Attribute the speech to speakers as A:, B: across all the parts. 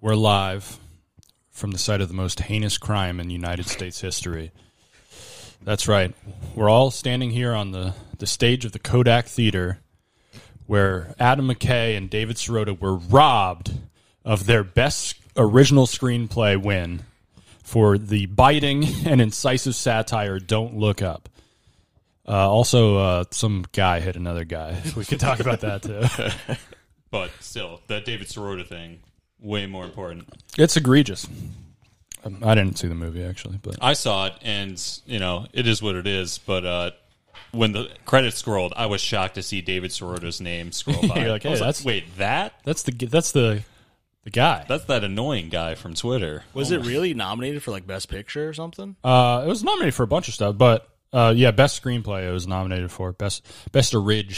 A: We're live from the site of the most heinous crime in United States history. That's right. We're all standing here on the, the stage of the Kodak Theater where Adam McKay and David Sirota were robbed of their best original screenplay win for the biting and incisive satire Don't Look Up. Uh, also, uh, some guy hit another guy. We could talk about that too.
B: But still, that David Sirota thing, way more important.
A: It's egregious. Um, I didn't see the movie actually, but
B: I saw it, and you know, it is what it is. But uh, when the credits scrolled, I was shocked to see David Sirota's name scroll by.
A: You're like,
B: I was
A: "Hey, that's-
B: wait, that
A: that's the that's the the guy.
B: that's that annoying guy from Twitter.
C: Was it really nominated for like Best Picture or something?
A: Oh Uh, it was nominated for a bunch of stuff, but uh, yeah, best screenplay it was nominated for best best orig.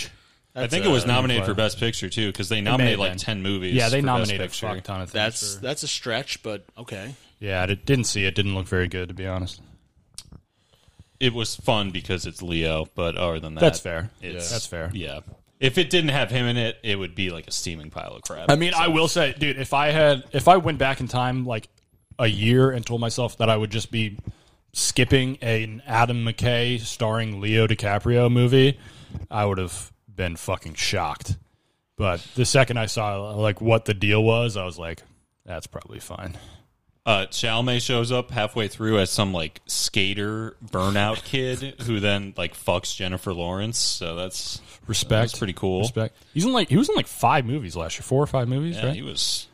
B: I think it was
A: uh,
B: nominated for Best Picture too, because they nominated
A: have
B: like
A: been.
B: ten movies.
A: Yeah, they
B: for Best
A: nominated a
B: Picture.
A: fuck ton of things.
C: That's
A: for-
C: that's a stretch, but okay.
A: yeah, I did, didn't see it. Didn't look very good to be honest.
B: It was fun because it's Leo, but other than that,
A: That's fair.
B: It's,
A: That's fair.
B: Yeah. If it didn't have him in it, it would be like a steaming pile of crap.
A: I mean, I will say, dude, if I had if I went back in time like a year and told myself that I would just be skipping an Adam McKay starring Leo DiCaprio movie, I would have been fucking shocked. But the second I saw like what the deal was, I was like, that's probably fine.
B: uh, Chalamet shows up halfway through as some like skater burnout kid who then like fucks Jennifer Lawrence. So that's
A: Respect.
B: pretty cool.
A: Respect. He's in like he was in like five movies last year, four or five movies,
B: yeah,
A: right?
B: he was.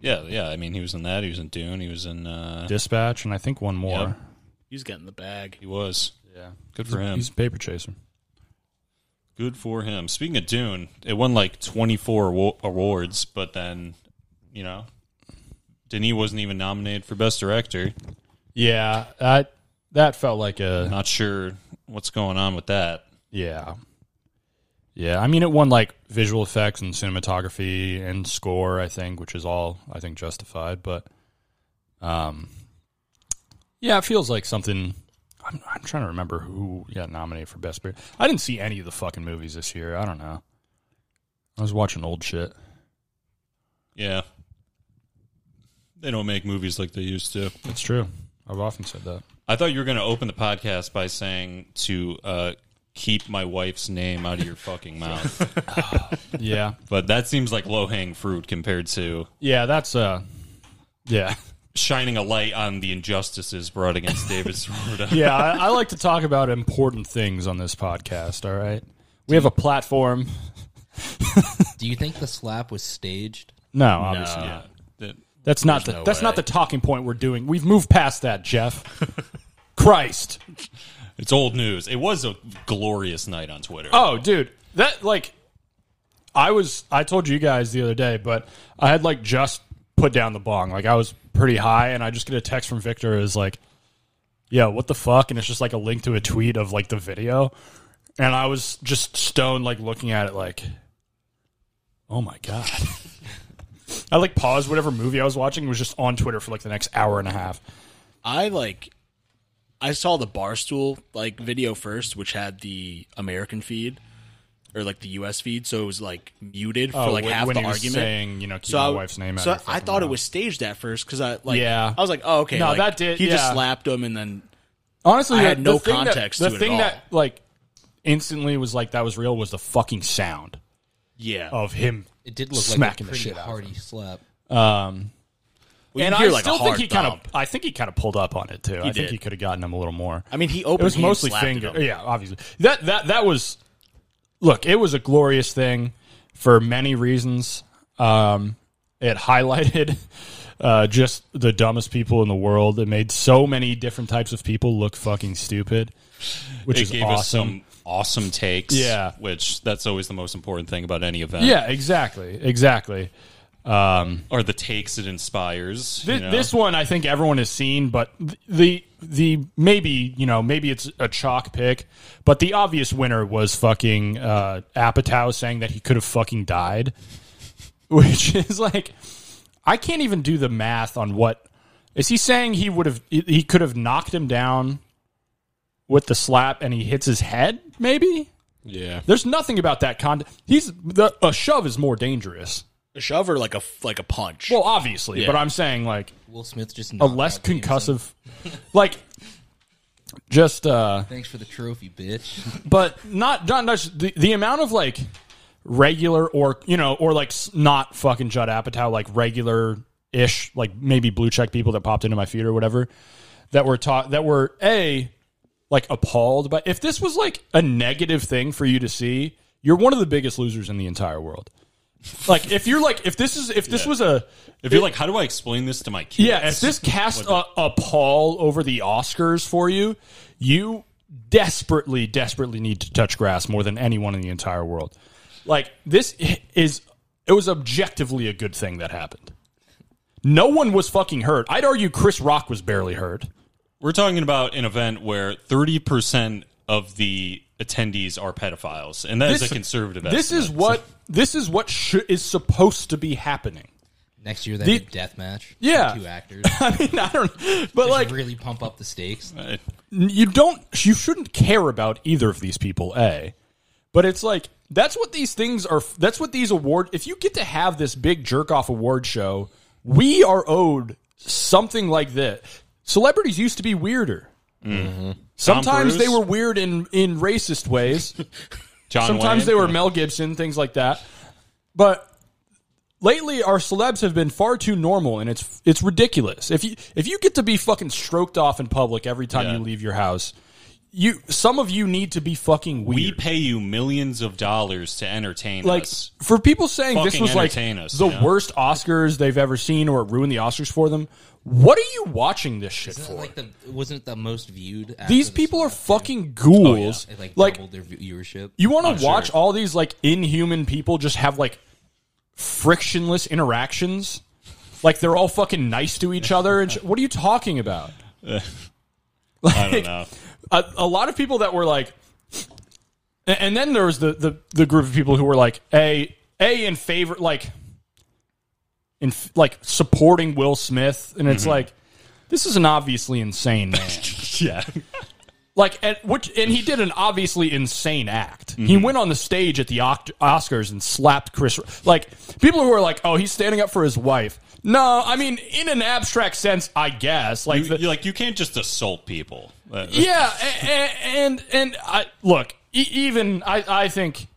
B: Yeah, yeah. I mean, he was in that. He was in Dune. He was in. uh
A: Dispatch and I think one more.
B: Yep.
C: He's getting the bag.
B: He was
A: Yeah.
B: good for him.
A: He's a paper chaser.
B: Good for him. Speaking of Dune, it won like twenty four awa- awards, but then you know, Denis wasn't even nominated for best director.
A: Yeah. That that felt like a
B: Not sure what's going on with that.
A: Yeah. Yeah, I mean it won like visual effects and cinematography and score, I think, which is all I think justified, but um yeah, it feels like something I'm, I'm trying to remember who got nominated for best picture. I didn't see any of the fucking movies this year. I don't know. I was watching old shit.
B: Yeah, they don't make movies like they used to.
A: It's true. I've often said that.
B: I thought you were going to open the podcast by saying to uh, keep my wife's name out of your fucking mouth,
A: Yeah.
B: but that seems like low hanging fruit compared to
A: yeah, that's uh yeah.
B: shining a light on the injustices brought against David Sirota.
A: Yeah, I, I like to talk about important things on this podcast, all right? We have a platform.
D: Do you think the slap was staged?
A: No, obviously.
B: Yeah. That-
A: That's not the
C: no
A: that's not
C: way.
A: the talking point we're doing. We've moved past that, Jeff. Christ.
B: It's old news. It was a glorious night on Twitter.
A: Oh, dude. That like I was I told you guys the other day, but I had like just put down the bong. Like I was pretty high and I just get a text from Victor is like, "Yeah, what the fuck?" and it's just like a link to a tweet of like the video. And I was just stoned like looking at it like, "Oh my god." I like paused whatever movie I was watching and was just on Twitter for like the next hour and a half.
C: I like I saw the Barstool like video first, which had the American feed or like the US feed, so it was like muted for
A: Oh,
C: like
A: when-
C: half
A: when
C: the
A: he was
C: argument.
A: saying, you know, keep
C: so
A: my
C: I,
A: wife's name out
C: so
A: of your
C: I
A: fucking
C: thought
A: mouth.
C: it was staged at first because I like
A: Yeah.
C: I was like, oh okay,
A: No,
C: like,
A: that did-
C: he
A: yeah.
C: just slapped him and then
A: Honestly,
C: I
A: the-
C: had
A: the
C: no
A: thing that-
C: context
A: The
C: to it at
A: thing
C: all.
A: that like instantly was like that was real was the fucking sound
C: yeah.
A: of him.
D: It did look
A: Smacking the
D: like a pretty
A: shit out of
D: hearty slap.
A: Um,
C: Well, you
A: and I
C: hear, like, a
A: still think
C: hard
A: he kind of.
C: thump.
A: I think he kind of pulled up on it too. I think
C: did.
A: he could have gotten him a little more.
C: I mean he
A: it
C: opened
A: was mostly finger. Yeah, obviously. That that that was. Look, it was a glorious thing for many reasons. Um, it highlighted uh, just the dumbest people in the world. It made so many different types of people look fucking stupid, which
B: it
A: is
B: gave
A: awesome.
B: us some awesome takes.
A: Yeah.
B: Which that's always the most important thing about any event.
A: Yeah, exactly, exactly. Um,
B: Or the takes it inspires.
A: thi-
B: you know?
A: This one, I think everyone has seen, but th- the the maybe you know maybe it's a chalk pick, but the obvious winner was fucking uh, Apatow saying that he could have fucking died, which is like I can't even do the math on what is he saying he would have he- he could have knocked him down with the slap and he hits his head maybe
B: Yeah.
A: there's nothing about that con he's the, a shove is more dangerous
C: A shove or like a like a punch.
A: Well, obviously,
C: Yeah.
A: but I'm saying like
D: Will Smith just
A: a
D: knocked
A: less
D: out Jameson.
A: concussive, like just uh,
D: Thanks for the trophy, bitch.
A: but not not much. The, the amount of like regular or you know or like s- not fucking Judd Apatow like regular ish like maybe blue check people that popped into my feed or whatever that were taught that were a like appalled by if this was like a negative thing for you to see you're one of the biggest losers in the entire world like if you're like if this is if this was a
B: If you're like, how do I explain this to my kids?
A: yeah, if this cast a, a pall over the Oscars for you, you desperately, desperately need to touch grass more than anyone in the entire world. Like this is, it was objectively a good thing that happened. No one was fucking hurt. I'd argue Chris Rock was barely hurt.
B: We're talking about an event where 30% of the attendees are pedophiles, and that is
A: This-
B: a conservative
A: This
B: estimate.
A: is what this is what shou- is supposed to be happening.
D: Next year, they
A: The-
D: have a death match.
A: Yeah.
D: two actors.
A: I mean, I don't, but like,
D: like really pump up the stakes.
B: Uh,
A: you don't you shouldn't care about either of these people a but it's like that's what these things are that's what these award if you get to have this big jerk off award show we are owed something like that celebrities used to be weirder sometimes
B: Mm-hmm. Tom Cruise?
A: they were weird in in racist ways
B: John
A: sometimes
B: Wayne.
A: they were mel gibson things like that but lately our celebs have been far too normal and it's it's ridiculous if you if you get to be fucking stroked off in public every time
B: Yeah.
A: you leave your house you some of you need to be fucking weird
B: We pay you millions of dollars to entertain
A: like
B: us.
A: for people saying this
B: Fucking
A: was like
B: entertain us,
A: the
B: you know?
A: worst oscars they've ever seen or it ruined the oscars for them what are you watching this shit
D: Isn't
A: for
D: that like the wasn't it the most viewed? after
A: these
D: the
A: people are
D: slap?
A: fucking ghouls
B: Oh,
D: It, like,
A: like
D: doubled their view- viewership.
A: You want to
B: sure.
A: watch all these like inhuman people just have like frictionless interactions? Like they're all fucking nice to each other. And sh- what are you talking about?
B: I don't know.
A: A, a lot of people that were like, a- and then there was the, the the group of people who were like a a in favor like in f- like supporting Will Smith, and
B: Mm-hmm.
A: it's like this is an obviously insane man.
B: yeah.
A: like at which and he did an obviously insane act he
B: Mm-hmm.
A: went on the stage at the Oct- oscars and slapped chris like people who are like oh he's standing up for his wife no i mean in an abstract sense i guess like
B: You,
A: the-
B: you like you can't just assault people. Uh,
A: yeah a- a- and and i look e- even i i think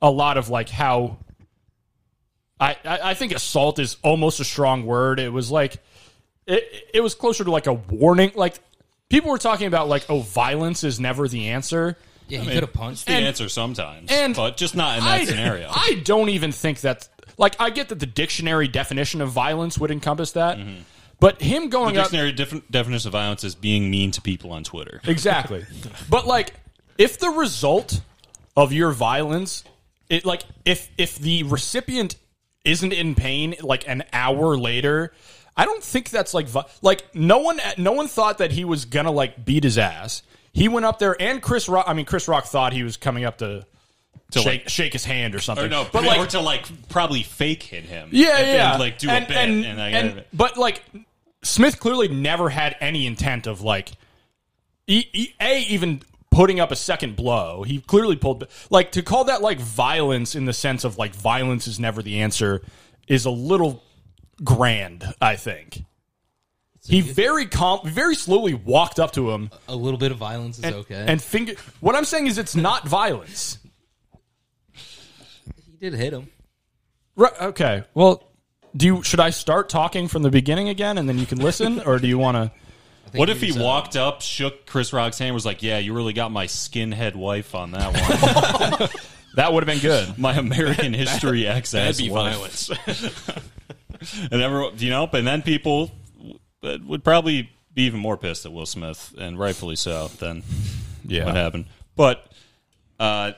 A: a lot of like how I, I I think assault is almost a strong word. It was like it it was closer to like a warning. Like people were talking about like oh violence is never the answer.
D: Yeah, he could have punched.
B: the
A: and-
B: answer sometimes,
A: and-
B: but just not in that scenario.
A: I don't even think that's like I get that the dictionary definition of violence would encompass that,
B: Mm-hmm.
A: but him going up
B: Dictionary def- definition of violence is being mean to people on Twitter.
A: exactly. but like, if the result of your violence, it like if if the recipient isn't in pain like an hour later. I don't think that's like vi- like no one no one thought that he was gonna like beat his ass. He went up there and Chris Rock. I mean, Chris Rock thought he was coming up to, shake
B: like-
A: shake his hand or something.
B: Or no,
A: but like
B: or to like probably fake hit him.
A: Yeah,
B: and,
A: yeah.
B: and, like do
A: And-
B: a bit
A: and-
B: and, I
A: and- but like Smith clearly never had any intent of like e, e, a even putting up a second blow. He clearly pulled like to call that like violence in the sense of like violence is never the answer is a little grand, I think. He very calm, very slowly walked up to him
D: A little bit of violence is okay.
A: and finger. What I'm saying is, it's not violence.
D: he did hit him.
A: Right. Okay. Well, do you should I start talking from the beginning again, and then you can listen, or do you want to?
B: what if
D: uh,
B: he walked up, shook Chris Rock's hand, was like, "Yeah, you really got my skinhead wife on that one,
A: That would have been good.
B: my American History X ass
E: be
B: wife."
E: violence.
B: And everyone, you know, and then people w- that would probably be even more pissed at Will Smith, and rightfully so. Then
A: Yeah.
B: what happened? But uh,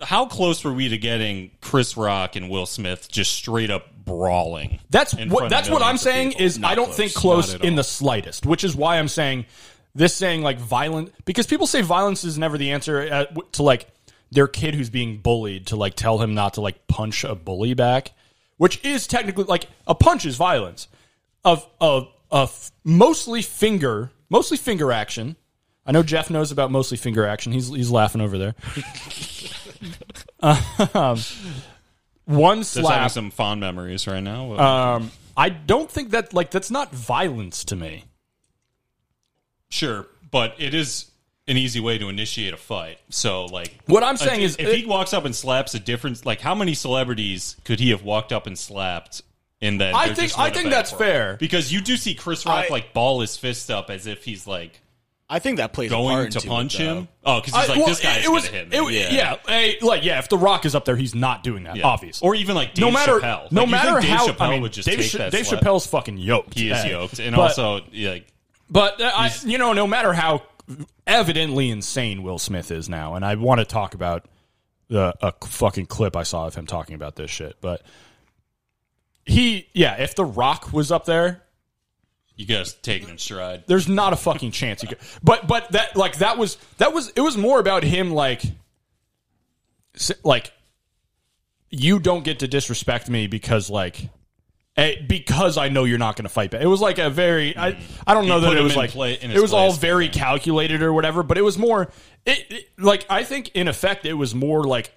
B: how close were we to getting Chris Rock and Will Smith just straight up brawling?
A: That's
B: in
A: what
B: front of
A: that's what I'm
B: millions of
A: saying
B: people?
A: is
B: Not
A: I don't
B: close.
A: think close
E: Not at
A: in
E: all.
A: the slightest, which is why I'm saying this saying like violent because people say violence is never the answer uh, w- to like their kid who's being bullied to like tell him not to like punch a bully back, which is technically like a punch is violence of of of mostly finger mostly finger action. I know Jeff knows about mostly finger action. He's he's laughing over there. Um, one
B: That's having
A: slap.
B: some fond memories right now.
A: um, I don't think that like that's not violence to me.
B: sure, but it is an easy way to initiate a fight. So, like,
A: What I'm saying
B: if,
A: is,
B: if he walks up and slaps a different, like, how many celebrities could he have walked up and slapped? And then
A: I
B: they're
A: think-
B: just not
A: I think
B: a bad
A: that's
B: for it?
A: fair.
B: because you do see Chris Rock
C: I-
B: like ball his fist up as if he's like
C: I think that plays a
B: going
C: part
B: to
C: into it,
B: punch
C: though.
B: him. Oh, because he's
A: I-
B: like
A: well,
B: this guy is
A: was,
B: gonna hit me.
A: it- yeah, hey, like yeah. If The Rock is up there, he's not doing that.
B: Yeah.
A: Obviously,
B: Or even like Dave
A: no matter
B: Chappelle.
A: no
B: Like, you
A: matter
B: think Dave
A: how
B: Chappelle
A: I mean,
B: would just
A: Dave,
B: take
A: Cha-
B: that
A: Dave
B: slap.
A: Chappelle's fucking yoked.
B: He is
A: Hey.
B: yoked, and
A: But-
B: also like
A: But uh, I, you know, no matter how evidently insane Will Smith is now, and I want to talk about the a fucking clip I saw of him talking about this shit, but he, yeah, if The Rock was up there,
B: you guys take it in stride.
A: there's not a fucking chance he could. But but that like that was that was it was more about him like s- like you don't get to disrespect me because like. eh, because I know you're not going to fight back. It was like a very I I don't know
B: Mm. put
A: that it
B: him
A: was
B: in
A: like
B: play- in
A: it
B: his
A: was all
B: place.
A: very calculated or whatever. But it was more it, it like I think in effect it was more like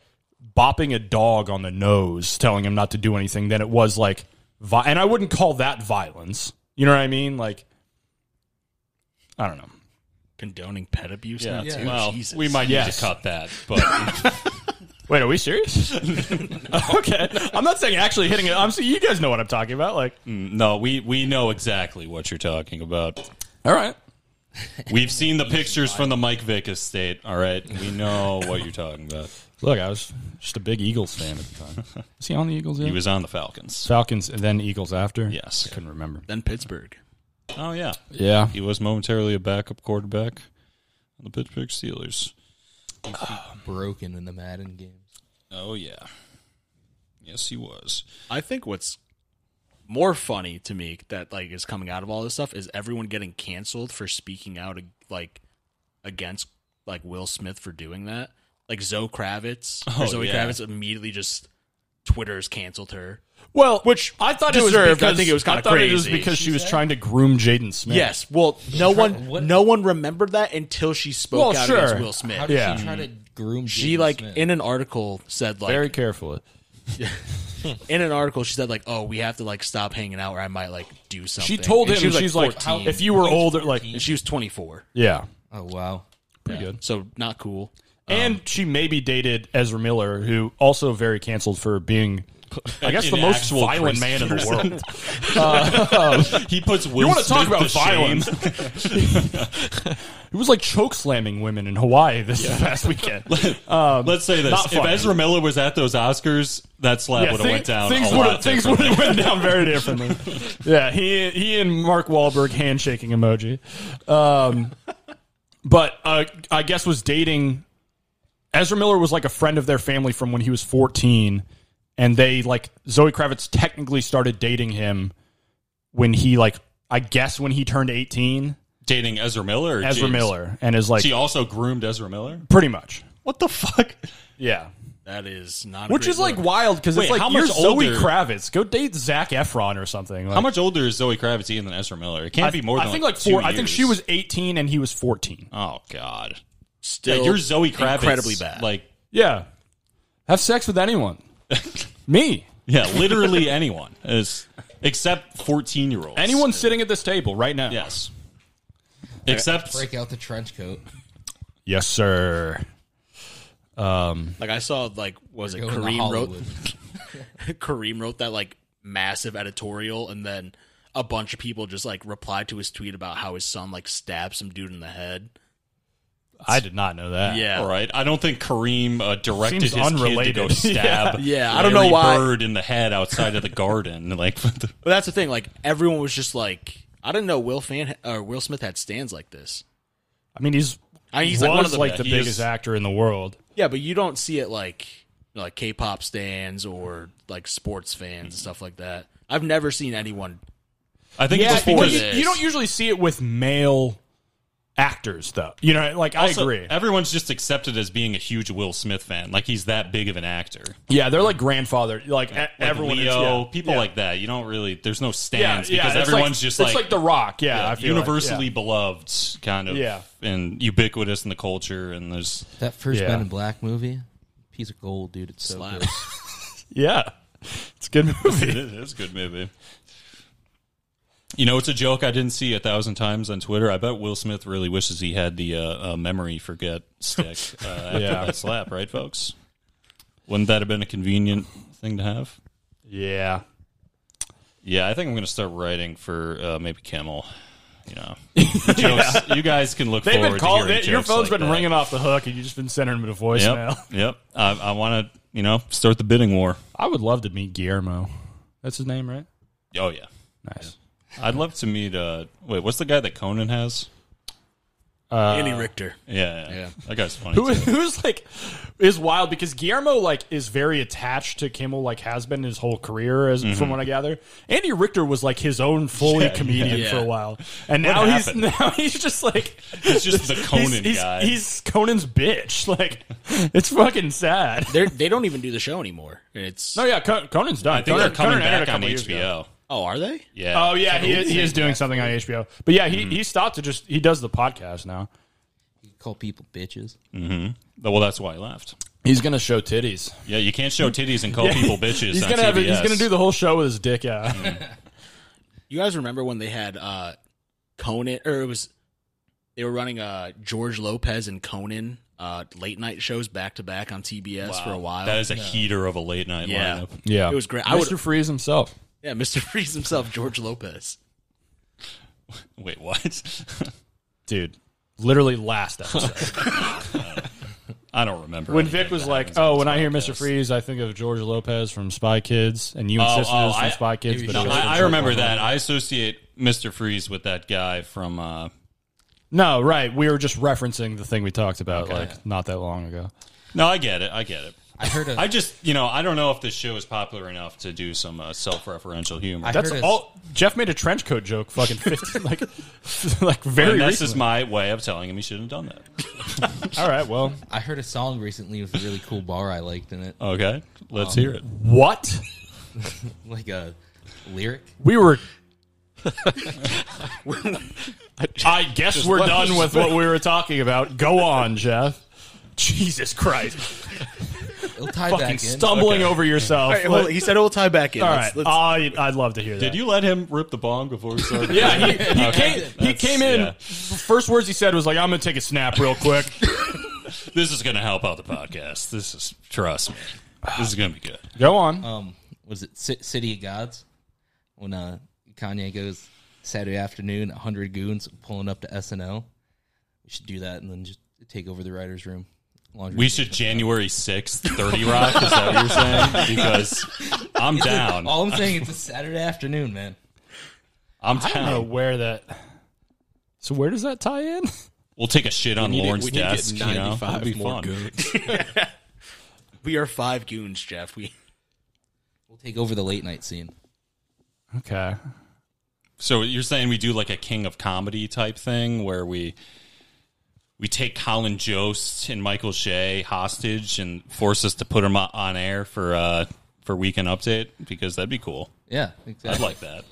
A: bopping a dog on the nose, telling him not to do anything, than it was like vi- and I wouldn't call that violence. You know what I mean? Like I don't know.
C: Condoning pet abuse now,
B: Yeah.
C: too?
B: Well,
C: Jesus.
B: we might need
A: Yes.
B: to cut that, but
A: Wait, are we serious? okay, I'm not saying actually hitting it. I'm saying you guys know what I'm talking about. Like, mm.
B: no, we we know exactly what you're talking about.
A: all right,
B: We've seen the pictures from the Mike Vick estate. All right, we know what you're talking about.
A: look, I was just a big Eagles fan at the time. Is he on the Eagles?
B: He
A: yet?
B: was on the Falcons.
A: Falcons and then Eagles after.
B: Yes.
A: I couldn't remember.
C: Then Pittsburgh.
B: Oh yeah,
A: Yeah,
B: he was momentarily a backup quarterback on the Pittsburgh Steelers.
D: broken in the Madden games.
B: Oh yeah, yes he was.
C: I think what's more funny to me that like is coming out of all this stuff is everyone getting canceled for speaking out like against like Will Smith for doing that. Like Zoe Kravitz, or
B: Oh,
C: Zoe
B: yeah.
C: Kravitz immediately just Twitter's canceled her.
A: Well,
C: Which
A: I thought it was
C: deserved. I
A: because
C: think it was kinda
A: I thought It was
C: crazy.
A: because she was trying to groom Jaden Smith.
C: Yes, well, no one,
D: What-
C: no one remembered that until she spoke
A: Well,
C: out
A: sure.
C: against Will Smith.
D: How did
A: Yeah.
D: she try to groom?
C: she
D: Jaden
C: like
D: Smith?
C: in an article said like
A: very careful.
C: in an article she said like oh we have to like stop hanging out or I might like do something.
A: She told
C: And
A: him
C: she was,
A: she's like,
C: 14.
A: if you were older, like,
C: and she was twenty four,
A: yeah,
D: Oh wow.
A: pretty good.
C: so not cool.
A: And she maybe dated Ezra Miller, who also very canceled for being, I guess, the
B: An
A: most
B: actual
A: violent man in the world.
B: He puts Will.
A: You want to
B: Smith
A: talk about
B: to shame.
A: violence? He was like choke slamming women in Hawaii this past weekend.
B: Let's say this:
A: Not
B: if
A: funny.
B: Ezra Miller was at those Oscars, that slap
A: Yeah,
B: would have
A: thing-
B: went down.
A: Things
B: a
A: would
B: lot
A: have things would
B: different.
A: have went down very differently. yeah, he he and Mark Wahlberg handshaking emoji. Um, but uh, I guess was dating Ezra Miller was like a friend of their family from when he was fourteen, and they like Zoe Kravitz technically started dating him when he like I guess when he turned eighteen.
B: dating Ezra Miller. Or
A: Ezra
B: James?
A: Miller and is like
B: She also groomed Ezra Miller.
A: pretty much
B: What the fuck?
A: yeah.
C: That is not. a
A: Which
C: great
A: is like
C: look.
A: wild because it's
B: Wait,
A: like
B: how
A: you're
B: much
A: Zoe
B: older-
A: Kravitz. Go date Zach Efron or something.
B: How
A: Like,
B: much older is Zoe Kravitz even than Ezra Miller? It can't
A: I,
B: be more than
A: I think
B: like,
A: like four.
B: two
A: I think
B: years.
A: she was 18 and he was 14.
B: Oh god.
C: still
B: Yeah, you're Zoe Kravitz.
C: incredibly bad.
B: Like
A: Yeah, have sex with anyone. Me,
B: yeah, literally anyone is except fourteen year olds.
A: anyone sitting at this table right now.
B: Yes. Except
D: Break out the trench coat.
A: Yes, sir.
C: like I saw like was it
D: Go to
C: Kareem
D: Hollywood.
C: wrote Kareem wrote that like massive editorial and then a bunch of people just like replied to his tweet about how his son like stabbed some dude in the head.
A: I did not know that.
C: Yeah.
B: all right. I don't think Kareem uh, directed
A: Seems
B: his
A: unrelated.
B: kid to go stab.
C: Yeah. Yeah, I don't know
B: Larry
C: why.
B: Bird in the head outside of the garden. Like what the
C: But that's the thing like everyone was just like I didn't know Will Fan or Will Smith had stands like this.
A: I mean he's
C: I mean, he's
A: he's
C: like
A: like,
C: one of the
A: like the
B: he
A: biggest
B: is-
A: actor in the world.
C: Yeah, but you don't see it like you know, like K-pop stands or like sports fans and stuff like that. I've never seen anyone
B: I think it's
C: before
A: because
B: because
A: you,
C: this.
A: you don't usually see it with male actors though. You know, like I
B: also,
A: agree.
B: Everyone's just accepted as being a huge Will Smith fan. Like he's that big of an actor.
A: Yeah, they're like grandfather. Like, e-
B: Like
A: everyone, is- yeah.
B: Leo, people
A: Yeah.
B: like that. You don't really. There's no
A: yeah,
B: stands
A: yeah,
B: because
A: it's
B: everyone's
A: like, it's
B: just like,
A: like The Rock. Yeah, I feel like,
B: universally
A: yeah.
B: beloved, kind of,
A: Yeah.
B: and ubiquitous in the culture. And there's
D: That first
A: Yeah.
D: Men in Black movie, piece of gold, dude. It's so
C: Slap.
D: good.
A: Yeah. It's a good
B: it
A: movie.
B: is it's a good movie. You know, it's a joke I didn't see a thousand times on Twitter. I bet Will Smith really wishes he had the uh, uh, memory forget stick uh, after
A: Yeah.
B: that slap, right, folks? Wouldn't that have been a convenient thing to have?
A: Yeah.
B: Yeah, I think I'm going to start writing for uh, maybe Kimmel. You know, The jokes, you guys can look
A: They've
B: forward
A: been
B: to
A: calling
B: hearing
A: it. Your
B: jokes
A: phone's
B: like
A: been
B: that.
A: ringing off the hook, and you've just been sending them to
B: Yep,
A: voicemail.
B: yep. I, I want to, you know, start the bidding war.
A: I would love to meet Guillermo. That's his name, right?
B: Oh yeah,
A: Nice.
B: I'd love to meet. Uh, wait, what's the guy that Conan has?
C: Andy Richter.
B: Yeah, yeah.
C: Yeah.
B: That guy's funny.
A: Who,
B: too.
A: who's like is wild because Guillermo like is very attached to Kimmel, like has been his whole career, as from what I gather. Andy Richter was like his own fully
B: Yeah,
A: comedian
C: yeah.
A: for a while, and now he's
B: happened?
A: now he's just like
B: He's just the Conan
A: he's, he's-
B: guy.
A: He's Conan's bitch. Like it's fucking sad.
C: They're, they don't even do the show anymore. It's
A: No, yeah, Con- Conan's done.
B: I think
A: Conan,
B: they're coming
A: Conan ended
B: back
A: a
B: on
A: couple years ago.
B: HBO.
C: oh, are they?
B: Yeah.
A: Oh yeah, he is, he is doing something on HBO. But yeah,
B: Mm-hmm.
A: he he stopped to just he does the podcast now.
D: You call people bitches.
B: Well, that's why I left.
A: He's gonna show titties.
B: Yeah, you can't show titties and call people bitches.
A: He's
B: on
A: gonna have a- he's
B: TBS.
A: gonna do the whole show with his dick out.
C: You guys remember when they had uh Conan or it was they were running uh George Lopez and Conan uh late night shows back to back on TBS for a while.
B: That is a heater of a late night
C: yeah.
B: lineup.
A: Yeah,
C: It was great.
A: Mr.
C: I would
A: Freeze himself.
C: Yeah, Mr. Freeze himself, George Lopez.
B: Wait, what?
A: dude. Literally last episode.
B: I don't remember.
A: when
B: anything
A: Vic was
B: that
A: like,
B: happens on
A: "Oh,
B: this
A: when I hear Mr.
B: podcast."
A: Freeze, I think of George Lopez from Spy Kids, and you insisted
B: oh,
A: it was from
B: I-
A: Spy Kids."
D: maybe
A: But
D: you
A: it
D: should-
A: was from
B: I, I
A: George
B: remember
E: Uh-huh.
A: Lopez.
B: that. I associate Mr. Freeze with that guy from. Uh,
A: No, right? We were just referencing the thing we talked about like not that long ago.
B: no, I get it. I get it.
D: I heard a.
B: I just, you know, I don't know if this show is popular enough to do some uh, self-referential humor.
D: I
A: That's
D: heard a-
A: all. Jeff made a trench coat joke, fucking 15, like, like very.
B: and this
A: recently.
B: is my way of telling him he shouldn't have done that.
A: All right. Well,
D: I heard a song recently with a really cool bar I liked in it,
B: Okay,
E: Um,
B: let's hear it.
A: what
D: like a lyric.
A: we were. I guess we're
B: let
A: done
B: us-
A: with what we were talking about. Go on, Jeff. Jesus Christ.
D: It'll tie back
A: fucking
D: in.
A: stumbling over yourself. All right.
C: he said it will tie back in.
A: I, I'd love to hear that.
B: Did you let him rip the bong before we started?
A: Yeah, he, he came. He
B: That's-
A: came in.
B: yeah.
A: First words he said was like, "I'm gonna take a snap real quick."
B: This is going to help out the podcast. This is trust me. This is going to be good.
A: Go on.
D: um, was it C- City of Gods? When uh, Kanye goes Saturday afternoon, hundred goons pulling up to SNL. We should do that and then just take over the writers' room. Laundry
B: We
D: room.
B: should January sixth, Thirty Rock. Is that what you're saying? Because I'm down.
D: All I'm saying it's a Saturday afternoon, man.
B: I'm
A: I don't know
B: down.
A: Oh, where that. So where does that tie in?
B: We'll take a shit on
E: We need to-
B: Lauren's
E: we need to get
B: desk. You know, it'll
E: 95
B: be
E: more
B: fun.
E: goons.
C: we are five goons, Jeff. We
D: We'll take over the late night scene.
A: Okay.
B: So you're saying we do like a king of comedy type thing where we we take Colin Jost and Michael Shea hostage and force us to put them on air for uh for weekend update because that'd be cool.
D: Yeah,
B: I'd
D: exactly.
B: like that.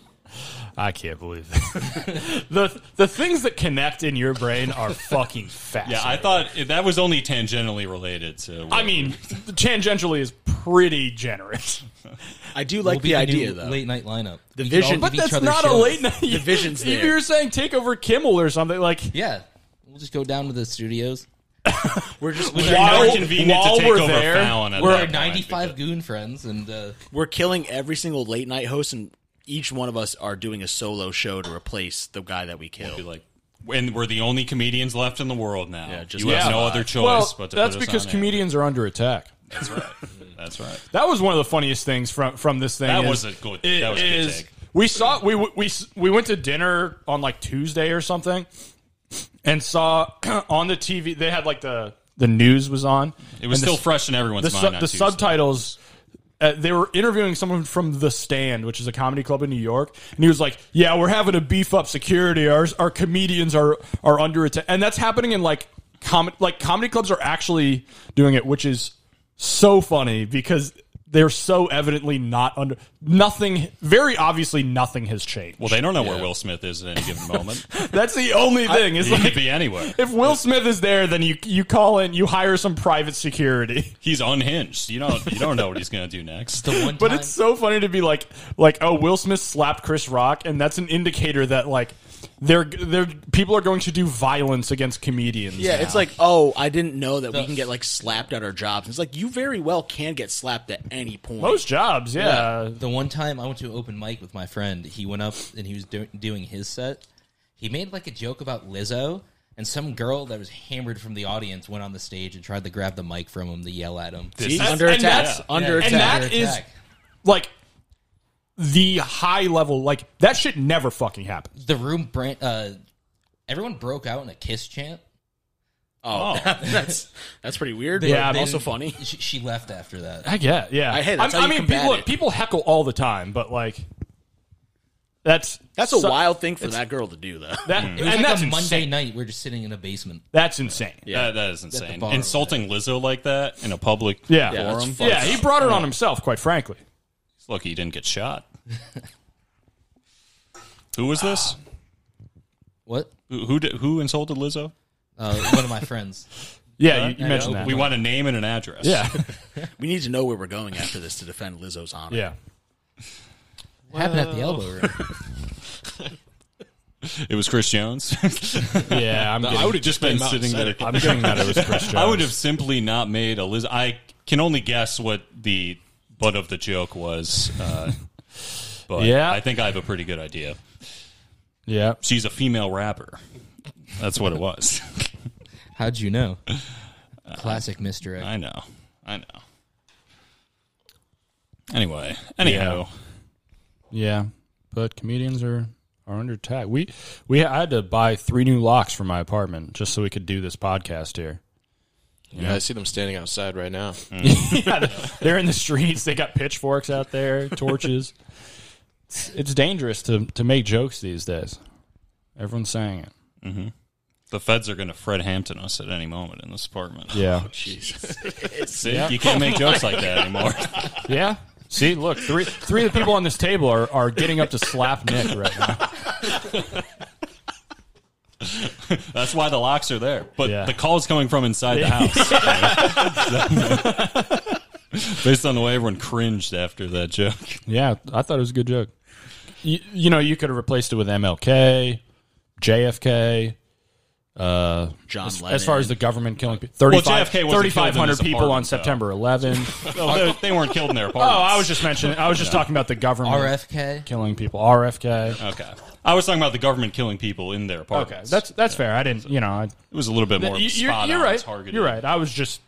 A: I can't believe it. the the things that connect in your brain are fucking fast.
B: Yeah, I thought that was only tangentially related to.
A: I mean, tangentially is pretty generous,
C: I do like
D: We'll be
C: the idea
D: new
C: though.
D: Late night lineup.
C: The
D: We could all
C: vision-
D: give
C: But
D: each
A: that's
D: other
A: not a
D: shows.
A: late night.
C: The vision's
A: If
C: there.
A: you're saying take over Kimmel or something like.
D: Yeah, we'll just go down to the studios.
C: We're just
B: They're not
A: While-
B: convenient
A: while
B: to take
A: we're
B: over
A: there,
B: Fallon at
D: We're
B: that
D: our
B: point
D: 95
B: because-
D: goon friends, and uh,
C: we're killing every single late night host, and each one of us are doing a solo show to replace the guy that we
B: be
C: killed.
B: like, and we're the only comedians left in the world now.
C: Yeah, just
B: you have
A: Yeah.
B: no other choice
A: well,
B: but to
A: that's
B: put us
A: because
B: on air.
A: comedians are under attack.
B: That's right. That's right.
A: That was one of the funniest things from from this thing.
B: That
A: is-
B: was a good- that was a good
A: is-
B: take.
A: We saw we we we went to dinner on like Tuesday or something, and saw on the TV they had like the the news was on.
B: It was
A: And the
B: still fresh in everyone's
A: the,
B: mind.
A: su-
B: on
A: the
B: Tuesday.
A: subtitles uh, they were interviewing someone from the stand which is a comedy club in new york and he was like yeah we're having to beef up security our, our comedians are are under attack and that's happening in like com- like comedy clubs are actually doing it which is so funny because they're so evidently not under nothing, very obviously, nothing has changed.
B: Well, they don't know where Will Smith is at any given moment.
A: That's the only thing. It's
B: he could
A: like
B: be anywhere.
A: if Will Smith is there, then you you call in, you hire some private security.
B: He's unhinged. You don't. You don't know what he's going to do next.
D: The one
A: But
D: time,
A: it's so funny to be like, like, oh, Will Smith slapped Chris Rock, and that's an indicator that like they're they're people are going to do violence against comedians.
C: Yeah, it's like, oh, I didn't know that we can get like slapped at our jobs. It's like you very well can get slapped at any point.
A: most jobs. Yeah,
D: uh, the one time I went to an open mic with my friend, he went up and he was do- doing his set. He made like a joke about Lizzo, and some girl that was hammered from the audience went on the stage and tried to grab the mic from him to yell at him.
C: He's
B: That's-
C: under
A: and
C: attack.
A: that's-
C: under
A: and
C: attack.
A: that
D: Under
A: is-
D: attack.
A: like the high level, like that shit never fucking happens.
D: the room. Brand, uh, everyone broke out in a kiss chant.
C: oh, that's that's pretty weird.
A: Yeah,
C: but
A: they
C: also
D: didn't-
C: funny.
D: She, she left after that.
A: I get, yeah.
C: I- hey,
A: I,
C: that's how you
A: mean,
C: combat
A: people,
C: it.
A: people heckle all the time, but like that's
C: That's a
A: so-
C: wild thing for that girl to do, though.
A: That,
D: It
A: and
D: was like
A: that's
D: a Monday
A: insane.
D: night. We're just sitting in a basement.
A: That's insane.
C: Yeah.
B: That, that is insane.
D: bar.
B: Insulting Lizzo like that in a public
A: Yeah.
C: Yeah,
B: forum.
C: that's
B: He's
C: fucked
A: Yeah, he
C: up.
A: brought it on himself, quite frankly.
B: lucky he didn't get shot. who was this?
A: Ah.
D: What?
B: who who, did, who insulted Lizzo?
D: Uh, one of my friends.
A: Yeah, you, you
D: yeah,
A: mentioned that.
B: We want a name and an address.
A: yeah,
C: We need to know where we're going after this to defend Lizzo's honor.
A: yeah.
D: What happened at the elbow room?
B: It was Chris Jones.
A: Yeah, I'm getting,
B: I would have just been sitting there.
A: I'm getting that it was Chris Jones.
B: I would have simply not made a Liz. I can only guess what the butt of the joke was. Uh, but
A: Yeah.
B: I think I have a pretty good idea.
A: Yeah.
B: She's a female rapper. That's what it was.
D: How'd you know? Classic misdirect.
B: I know. I know. Anyway, anyhow,
A: Yeah, but comedians are are under attack. We we I had to buy three new locks for my apartment just so we could do this podcast here.
E: Yeah, I see them standing outside right now.
A: yeah, they're in the streets. They got pitchforks out there, torches. It's, it's dangerous to to make jokes these days. Everyone's saying it.
B: the feds are going to Fred Hampton us at any moment in this apartment.
A: Yeah,
B: See, you can't make jokes like that anymore.
A: yeah. See, look, three three of the people on this table are, are getting up to slap Nick right now.
B: That's why the locks are there. But
A: Yeah.
B: the call's coming from inside the house. Based on the way everyone cringed after that joke.
A: Yeah, I thought it was a good joke. You, you know, you could have replaced it with MLK, JFK. Uh,
C: John
A: as,
C: Lennon.
A: as far as the government killing people, 35
B: JFK wasn't killed in
A: 3,500
B: his
A: people on
B: apartment, though.
A: September 11th.
B: Oh, they, they weren't killed in their
A: oh,
B: apartments.
A: I was just mentioning. I was just talking about the government
D: RFK.
A: killing people. RFK.
B: Okay. I was talking about the government killing people in their
A: Okay,
B: apartments.
A: that's that's fair. I didn't, you know, I,
B: it was a little bit more
A: you,
B: spot
A: are you're
B: on
A: right.
B: targeted.
A: You're right. I was just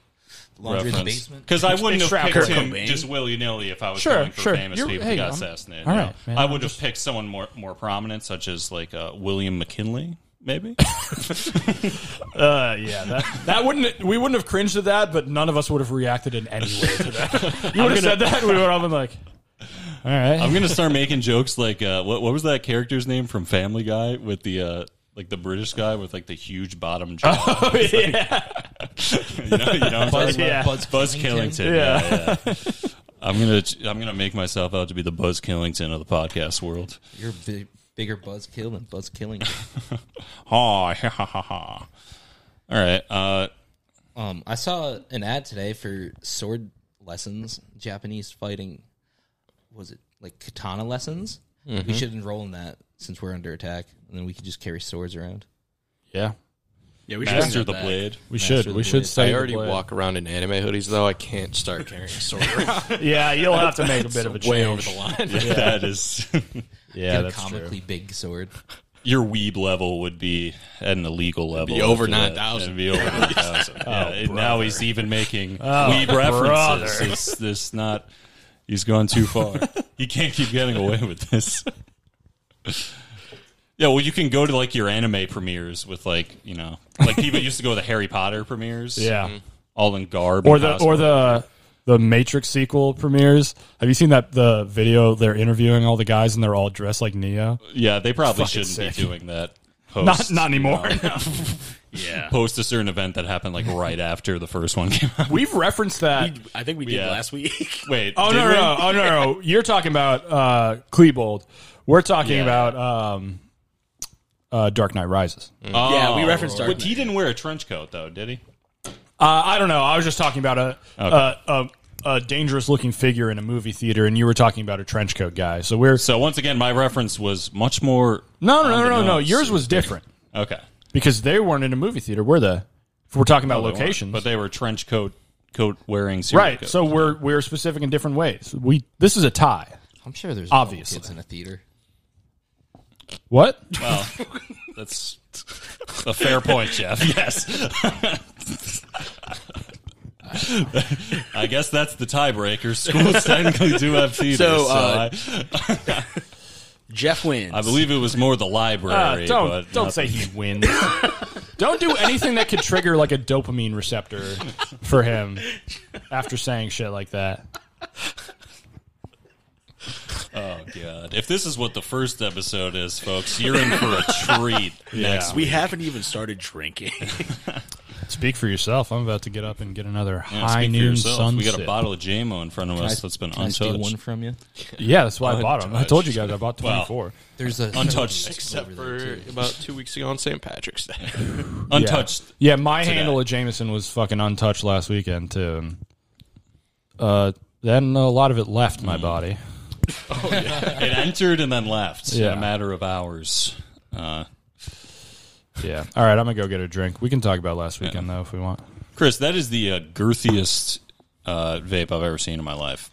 D: Laundry in the basement.
B: Because I wouldn't
A: It's
B: have
A: Kurt
B: picked him
C: Cobain.
B: just willy nilly if I was
A: Sure,
B: going for
A: sure.
B: famous
A: You're-
B: people
A: hey,
B: who got
A: I'm-
B: assassinated.
A: all
B: no.
A: right, man,
B: I
A: I'm
B: would have picked someone more more prominent, such as like uh, William McKinley, maybe.
A: uh, yeah. That, that wouldn't we wouldn't have cringed at that, but none of us would have reacted in any way to that. You would have said that, we would have been like, all right.
B: I'm gonna start making jokes like uh, what what was that character's name from Family Guy with the uh, like the British guy with like the huge bottom jaw?
A: yeah.
B: you know, you know what I'm talking
D: Buzz,
B: about?
A: Yeah.
D: Buzz,
B: Buzz
D: Killington.
B: Killington. Yeah. yeah. I'm gonna I'm gonna make myself out to be the Buzz Killington of the podcast world.
D: You're a big, bigger Buzz Kill than Buzz Killington.
B: Ha ha ha ha. ha. All right. Uh,
D: um, I saw an ad today for sword lessons, Japanese fighting. Was it like katana lessons? We should enroll in that since we're under attack, and then we could just carry swords around.
A: Yeah.
C: yeah, we should
B: master
C: bring that
B: the
C: back.
B: blade.
A: We should.
D: the
A: We should
D: blade.
A: study
E: I
A: the
E: already
A: blade.
E: walk around in anime hoodies though. I can't start carrying a sword.
A: Yeah, you'll have to make a bit of a
E: It's way over
A: change.
E: the line.
B: That is
A: Yeah,
D: Get a
A: that's true.
D: comically big sword.
B: your weeb level would be at an illegal level.
E: be over
B: after that.
E: 9,000.
B: It'd be over nine thousand.
A: Oh,
B: now he's even making weeb
A: brother.
B: references. It's this not. He's gone too far. he can't keep getting away with this. Yeah, well, you can go to like your anime premieres with like you know, like people used to go to the Harry Potter premieres.
A: Yeah.
B: all in garb
A: Or
B: and
A: the
B: costume.
A: or the the Matrix sequel premieres. Have you seen that the video? They're interviewing all the guys and they're all dressed like Neo.
B: yeah, they probably
A: Fucking
B: shouldn't
A: sick.
B: be doing that.
A: Not
B: post.
A: not anymore.
C: Yeah.
B: Post a certain event that happened like right after the first one came out.
A: We've referenced that.
C: I think we did
B: Yeah.
C: last week.
B: Wait,
A: Oh
B: did
A: no, no,
B: we?
A: no, oh no, no. You're talking about uh, Klebold. We're talking
B: Yeah.
A: about um, uh, Dark Knight Rises.
B: Oh.
C: Yeah, we referenced Dark
B: But he
C: Knight.
B: didn't wear a trench coat though, did he?
A: Uh, I don't know. I was just talking about a
B: Okay.
A: a, a, a dangerous looking figure in a movie theater, and you were talking about a trench coat guy. So we're
B: So once again, my reference was much more.
A: no, no, no, no, no. no.
B: Unbeknownst.
A: Yours was different
B: Okay,
A: because they weren't in a movie theater, were they? If we're talking about
B: They weren't,
A: locations,
B: but they were trench coat coat wearing serial
A: right.
B: killers.
A: So we're we're specific in different ways. We this is a tie.
D: I'm sure there's
A: Obviously.
D: obviously kids in a theater.
A: What?
B: that's a fair point, Jeff. Yes. I guess that's the tiebreaker. Schools technically do have theaters, so,
C: So, uh,
B: I,
C: Jeff wins.
B: I believe it was more the
A: Uh,
B: library.
A: don't
B: but
A: don't
B: not-
A: say he wins. don't do anything that could trigger like a dopamine receptor for him after saying shit like that.
B: Oh god! If this is what the first episode is, folks, you're in for a treat next week.
C: we haven't even started drinking.
A: Speak for yourself. I'm about to get up and get another
B: Yeah,
A: high
B: speak for
A: noon
B: yourself.
A: sunset.
B: We got a bottle of JMO in front of us
D: I-
B: that's been
D: can I steal
B: untouched.
D: one from you.
A: Yeah, that's why I bought them. I told you guys I bought
B: Wow.
A: 24.
D: There's a
B: Untouched.
E: Except for about two weeks ago on St. Patrick's Day.
A: Yeah.
B: Untouched.
A: Yeah, my
B: today.
A: handle of Jameson was fucking untouched last weekend too. And, uh, then a lot of it left my body.
B: It entered and then left
A: Yeah.
B: in a matter of hours. Uh,
A: Yeah. All right, I'm gonna go get a drink. We can talk about last weekend though if we want.
B: Chris, that is the uh, girthiest uh, vape I've ever seen in my life.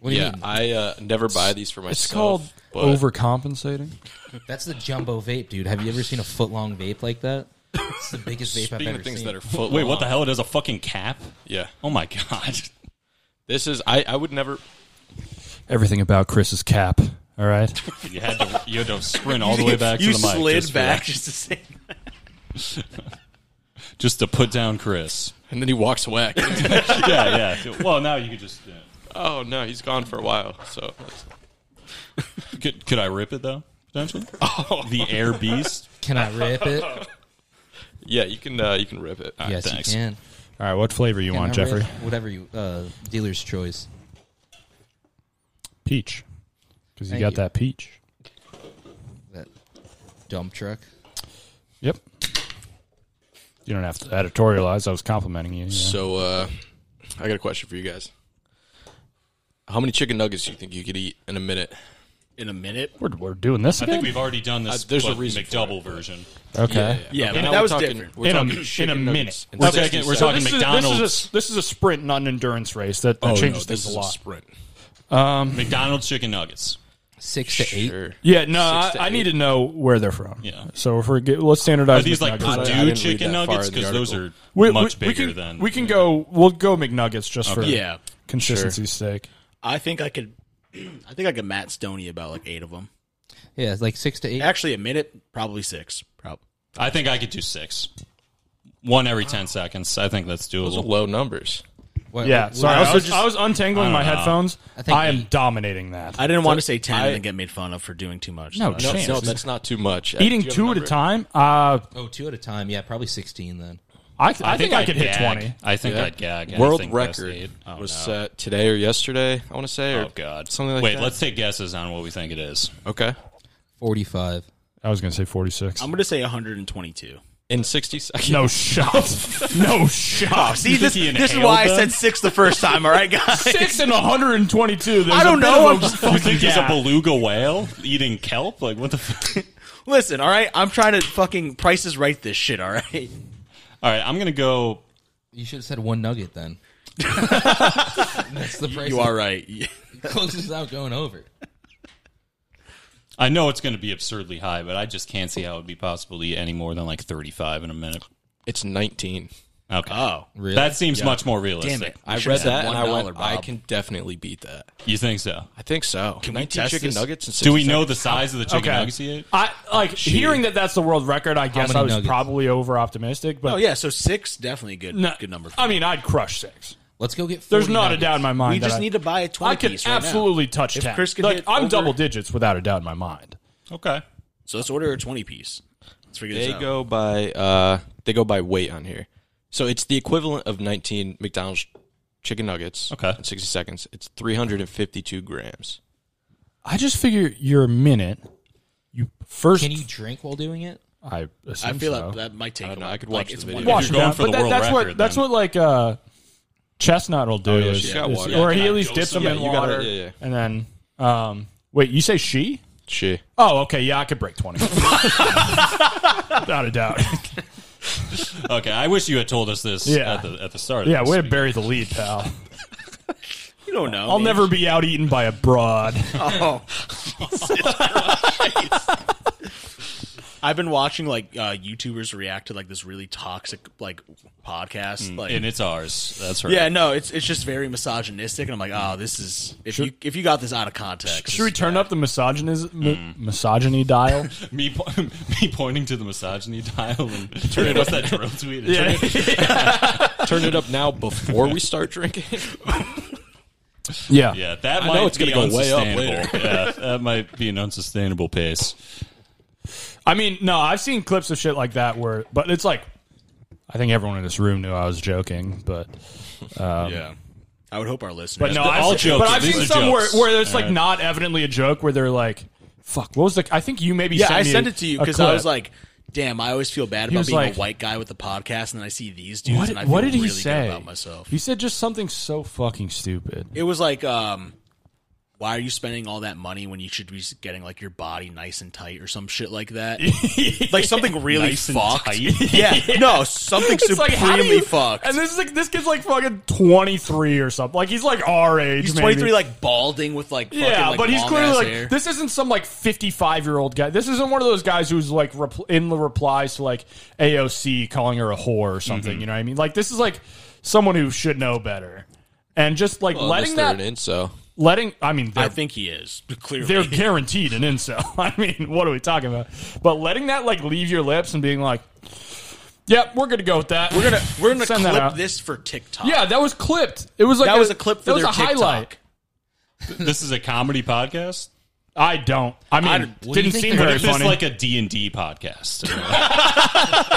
D: What do you
E: yeah,
D: mean?
E: I uh, never buy these for myself.
A: It's called
E: but
A: overcompensating.
D: That's the jumbo vape, dude. Have you ever seen a foot long vape like that? It's the biggest vape I've
E: Speaking
D: ever
E: of things
D: seen.
E: that are foot
B: Wait, what
E: long,
B: the hell? It has a fucking cap?
E: Yeah,
B: Oh my god.
E: this is. I, I would never.
A: Everything about Chris's cap. All right.
B: You had to you had to sprint all the way back
C: you
B: to the mic.
C: slid
B: just for
C: back just to say.
B: that- just to put down Chris.
E: And then he walks away.
B: yeah, yeah. Well, now you could just. Yeah.
E: oh no, he's gone for a while. So
B: Could, could I rip it though? Potentially.
E: Oh.
B: The Air Beast.
D: Can I rip it?
E: yeah, you can uh, you can rip it.
D: yes,
B: thanks.
D: you can.
A: All right. What flavor you
D: Can
A: want,
D: I rip?
A: Jeffrey?
D: Whatever you uh, dealer's choice.
A: Peach. Because you
D: Thank
A: got
D: you.
A: that peach.
D: That dump truck.
A: Yep. You don't have to editorialize. I was complimenting you. yeah.
E: So uh, I got a question for you guys. How many chicken nuggets do you think you could eat in a minute?
C: In a minute?
A: We're, we're doing this
B: I
A: again?
B: think we've already done this.
E: Uh, there's a
B: but
E: reason for
B: McDouble
E: it, but-
B: version.
A: okay.
C: Yeah,
E: Okay,
C: but
E: now
C: that
E: we're
C: was
E: talking-
C: different.
E: We're
A: In a-
E: talking
A: in a
E: chicken
A: minute.
E: nuggets in
A: We're
B: taking-
E: 60
B: we're
E: seconds.
B: talking
A: This is, this,
B: McDonald's.
A: is a, this is a sprint, not an endurance race. That, that
E: Oh, no,
A: changes
E: this
A: things
E: is
A: a lot.
E: sprint.
B: McDonald's chicken nuggets.
D: Six to eight.
E: Sure.
A: yeah, no, I,
E: Six to
A: I
E: eight.
A: need to know where they're from.
B: Yeah.
A: So if we're get, let's standardize.
B: Are these like
A: McNuggets.
E: I
B: Purdue
E: didn't read
B: chicken
E: that far
B: nuggets?
E: in the
B: Because those are
A: We- we-
B: much
A: we
B: bigger
A: can,
B: than.
A: we can go. We'll go McNuggets just for
C: Yeah.
A: consistency sake.
C: I think I could. I think I could Matt Stoney about like eight of them.
D: Yeah, it's like six to eight.
C: Actually, a minute, probably six. Probably.
B: I think I could do six. One every ten seconds. I think that's
E: Those are
B: doable.
E: low numbers.
D: What-
A: Yeah,
D: what-
A: sorry. I,
C: also
A: was,
C: just-
A: I was untangling my
B: know.
A: headphones. I,
D: I think
A: am
D: eight.
A: dominating that.
C: I didn't want to say ten and then get made fun of for doing too much. Uh,
A: No,
C: so I-
A: no. Chance.
E: No, that's not too much. Uh,
A: Eating
E: Do you have
A: two at a
E: number?
A: time, uh,
D: Oh, two at a time. Yeah, probably sixteen then.
A: I, I, think, I
B: I'd
A: could hit
B: gag.
A: 20.
B: I think
E: Yeah.
B: I'd gag. and I
E: World
B: think that's
E: record
B: eight.
E: was set today or yesterday. I want to say. Or
B: Oh god.
E: something like
B: Wait,
E: that.
B: let's take guesses on what we think it is.
E: Okay.
D: Forty-five.
A: I was going to say 46.
C: I'm going to say 122.
E: In sixty seconds.
A: no shot. no shot.
C: See, this,
B: Oh, he
C: this is
B: inhaled
C: why I
B: them?
C: said six the first time. All right, guys.
A: Six and 122. There's
C: I don't
A: a bit
C: know,
A: of a
C: I'm just-
B: You think he's a
A: gap.
B: beluga whale eating kelp? Like what the? F-
C: Listen, all right. I'm trying to fucking prices right this shit. All right.
B: All right, I'm gonna go.
D: You should have said one nugget then. That's the price.
C: You are right.
D: closest without going over.
B: I know it's going to be absurdly high, but I just can't see how it would be possible to eat any more than like 35 in a minute.
E: It's nineteen.
B: Okay,
C: Oh,
D: Really?
B: that seems much more realistic.
C: damn it!
E: I
C: should've
E: read
C: said
E: that and I
C: $1,
E: went. I
C: Bob.
E: can definitely beat that.
B: You think so?
E: I think so.
C: we
E: nineteen
C: test
E: chicken
C: this?
E: nuggets. In 60
B: Do we know
E: seconds.
B: the size of the chicken
A: Okay.
B: nuggets he ate?
A: I like hearing that that's the world record. I guess
D: many
A: I was
D: nuggets?
A: probably over optimistic, but
C: Oh yeah, so six definitely a good
A: no-
C: good number.
A: I mean, I'd crush six.
D: Let's go get. 40
A: There's not a
D: nuggets.
A: doubt in my mind.
C: we
A: that
C: just
A: I,
C: need to buy a twenty
A: I could
C: piece right now.
A: absolutely touch ten.
C: Chris could
A: like
C: hit
A: I'm
C: over-
A: double digits without a doubt in my mind.
B: Okay.
C: So let's order a twenty piece. Let's figure
E: They
C: this out.
E: go by uh, they go by weight on here, so it's the equivalent of 19 McDonald's chicken nuggets.
B: Okay.
E: in 60 seconds, it's 352 grams.
A: I just figure you're a minute. You first,
D: Can you drink while doing it?
A: I
C: I
A: assume
C: feel
A: so.
C: like that might take.
E: I don't
C: a
E: know,
C: while.
E: I could
C: Like,
E: watch
C: it's
E: the
C: one-
E: video.
B: Watch- If you're going
A: down,
B: for the
A: but that-
B: world
A: that's what
B: record,
A: that's
B: then-
A: what like uh, Chestnut will do.
E: yeah,
A: is,
E: she's got
A: is-
E: water.
A: or
B: Yeah,
A: he at least
B: dose
A: dips them
B: them.
A: in
E: Yeah, you gotta-
A: water,
E: yeah, yeah.
A: and then um, wait, you say she?
E: She.
A: Oh, okay, yeah, I could break twenty, without a doubt.
B: Okay, I wish you had told us this
A: Yeah.
B: at the at the start. Of
A: Yeah,
B: this.
A: way to bury the lead, pal.
C: You don't know.
A: I'll never be out eaten by a broad.
C: Oh. I've been watching like uh, YouTubers react to like this really toxic like podcast.
A: Mm.
C: like,
B: and it's ours. That's right.
C: yeah, no, it's it's just very misogynistic, and I'm like, oh, this is if you if you got this out of context,
A: Should we turn up the misogynism,
C: Mm.
A: mi- misogyny dial?
B: me po- me pointing to the misogyny dial and turn it off that drill tweet. and turn it-
E: Turn it up now before we start drinking.
A: yeah.
B: Yeah, that
E: I
B: might
E: know it's
B: be
E: gonna go way up
B: unsustainable. yeah, that might be an unsustainable pace.
A: I mean, no, I've seen clips of shit like that where, but it's like, I think everyone in this room knew I was joking, but
C: yeah, um, I would hope our listeners.
A: but no, I've
B: all
A: seen,
B: jokes.
A: But I've
B: These
A: seen
B: are
A: some where,
B: jokes.
A: where it's like not evidently a joke, where they're like, "Fuck, what was the?" I think you maybe
C: yeah,
A: sent
C: I
A: me
C: sent
A: a-
C: it to you
A: a
C: because I
A: clip.
C: was like, damn, I always feel bad
A: He
C: about
A: was
C: being
A: like-
C: a white guy with the podcast, and then I see these dudes,
A: "What?
C: and I
A: Did,
C: feel
A: what did
C: really
A: he
C: good
A: say
C: about myself?
A: He said just something so fucking stupid.
C: It was like, um, why are you spending all that money when you should be getting like your body nice and tight or some shit like that? like something really
B: Nice and
C: fucked.
B: tight.
C: yeah, no, something
A: It's like how do
C: supremely
A: you?
C: fucked.
A: And this is like this kid's like fucking twenty three or something. Like he's like our age.
C: he's
A: maybe.
C: twenty three, like balding with like fucking,
A: Yeah,
C: like,
A: but he's
C: long
A: clearly
C: ass
A: like
C: hair.
A: this isn't some like fifty five year old guy. This isn't one of those guys who's like repl- in the replies to like AOC calling her a whore or something.
C: Mm-hmm.
A: You know what I mean? Like this is like someone who should know better, and just like letting that
E: in, so
A: letting. I mean,
C: I
A: they're,
C: think he is clearly.
A: they're guaranteed an incel. I mean, what are we talking about? But letting that like leave your lips and being like, "Yep, we're gonna go with that.
C: we're gonna we're gonna
A: Send that
C: clip
A: out.
C: this for TikTok.
A: Yeah, that was clipped. It was like
C: that was a clip for
A: that was
C: their
A: a
C: TikTok.
A: highlight.
B: This is a comedy podcast.
A: I don't. I mean,
C: I- what do
D: you
A: didn't
D: think
A: seem
D: they're-
A: very
B: It's
A: funny.
B: like a D and D podcast.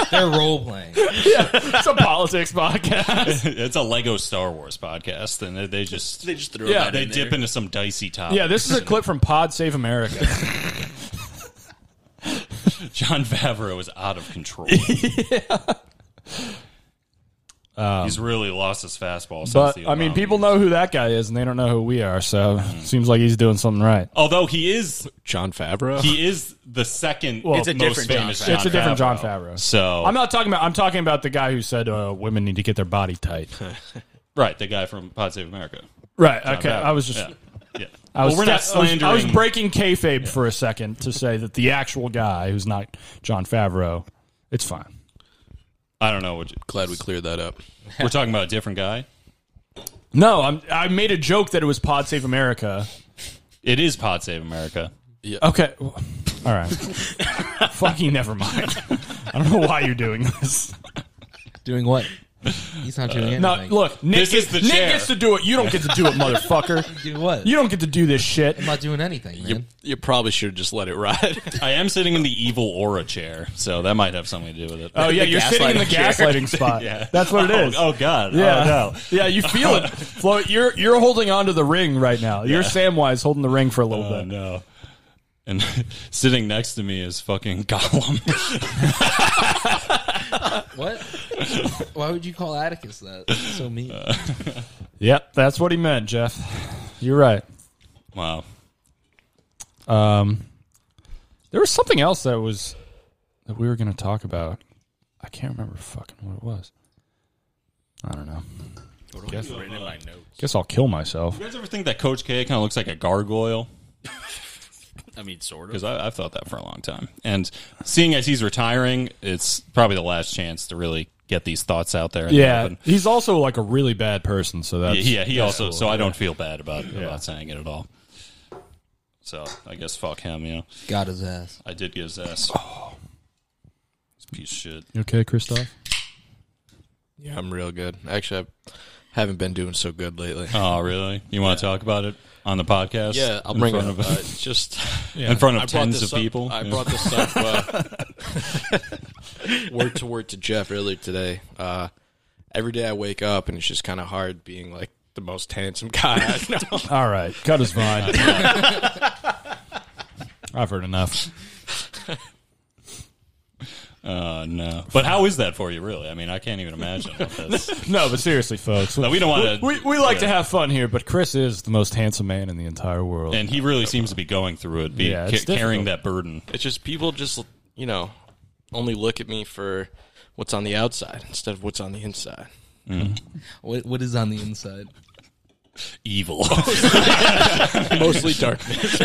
D: They're role playing.
A: it's a politics podcast.
B: it's a Lego Star Wars podcast, and they- they just
C: They just threw
A: Yeah,
C: that
B: they
C: in there.
B: dip into some dicey topics.
A: Yeah, this is a clip from Pod Save America.
B: John Favreau is out of control. He's really lost his fastball. Since
A: Um, But
B: the
A: I mean,
B: Obama
A: people
B: years.
A: know who that guy is, and they don't know who we are. So
B: Mm-hmm.
A: seems like he's doing something right.
B: Although he is,
E: John Favreau.
B: he is the second.
A: Well,
B: most
A: It's a
C: different John
B: famous.
C: Favreau.
B: John
A: it's a different John
B: Favreau.
A: Favreau.
B: So
A: I'm not talking about. I'm talking about the guy who said uh, women need to get their body tight.
B: right, the guy from Pod Save America.
A: right. Okay.
B: Favreau.
A: I was just.
B: Yeah. Yeah.
A: I was
B: well, we're not
A: sta- I was-
B: slandering.
A: I was, breaking kayfabe for a second to say that the actual guy who's not John Favreau. It's fine.
B: I don't know. What you,
E: Glad we cleared that up.
B: we're talking about a different guy.
A: No, I'm, I made a joke that it was Pod Save America.
B: It is Pod Save America.
A: Okay. All right. Fucking never mind. I don't know why you're doing this.
D: doing what? He's not
A: Uh,
D: doing anything.
A: No, look, Nick,
B: This is
A: gets-
B: the
A: Nick
B: chair.
A: gets to do it. You don't get to do it, motherfucker.
D: Do what?
A: You don't get to do this shit.
D: I'm not doing anything, man.
E: You probably should have just let it ride.
B: I am sitting in the evil aura chair, so that might have something to do with it.
A: Oh yeah,
E: The
A: you're sitting in the
E: gaslighting
A: gaslighting spot. That's what it is.
B: Oh, oh, god.
A: yeah,
B: Oh, no.
A: yeah, you feel it. Flo, you're you're holding onto the ring right now. You're Samwise holding the ring for a little
B: Oh
A: bit.
B: no. And sitting next to me is fucking Gollum.
D: What? Why would you call Atticus that? That's so mean.
A: Uh. Yep, that's what he meant, Jeff. You're right.
B: wow.
A: Um, there was something else that was that we were going to talk about. I can't remember fucking what it was. I don't know. Guess, guess I'll kill myself.
B: You guys ever think that Coach K kind of looks like a gargoyle?
C: I mean, sort of.
B: Because I've thought that for a long time. And seeing as he's retiring, it's probably the last chance to really get these thoughts out there. and
A: Yeah,
B: happen.
A: he's also like a really bad person. So that's
B: Yeah, he also. so I don't feel bad about about saying it at all. So I guess fuck him. You know,
D: Got his ass.
B: I did get his ass. He's a piece of shit.
A: You okay, Christoph?
E: Yeah, I'm real good. Actually, I Haven't been doing so good lately.
B: Oh, really? You want to talk about it on the podcast?
E: yeah, I'll
B: in
E: bring it
B: front
E: up.
B: of
E: Uh, just
A: Yeah.
B: in front
E: I
B: of
E: brought
B: tens
E: this
B: of
E: up-
B: people.
E: I
B: Yeah.
E: brought this up uh, word to word to Jeff earlier today. Uh, every day I wake up and it's just kind of hard being like the most handsome guy. I know.
A: All right, cut his vine. I've heard enough.
B: Uh, no, but how is that for you, really? I mean, I can't even imagine. What that's,
A: No, but seriously, folks,
B: No, we don't want to.
A: we, we like to have fun here, but Chris is the most handsome man in the entire world.
B: and he really seems to be going through it, be
A: Yeah,
B: ca-
A: it's
B: carrying
A: difficult.
B: that burden.
E: It's just people just you know only look at me for what's on the outside instead of what's on the inside.
D: What, what is on the inside?
B: Evil.
E: Mostly darkness.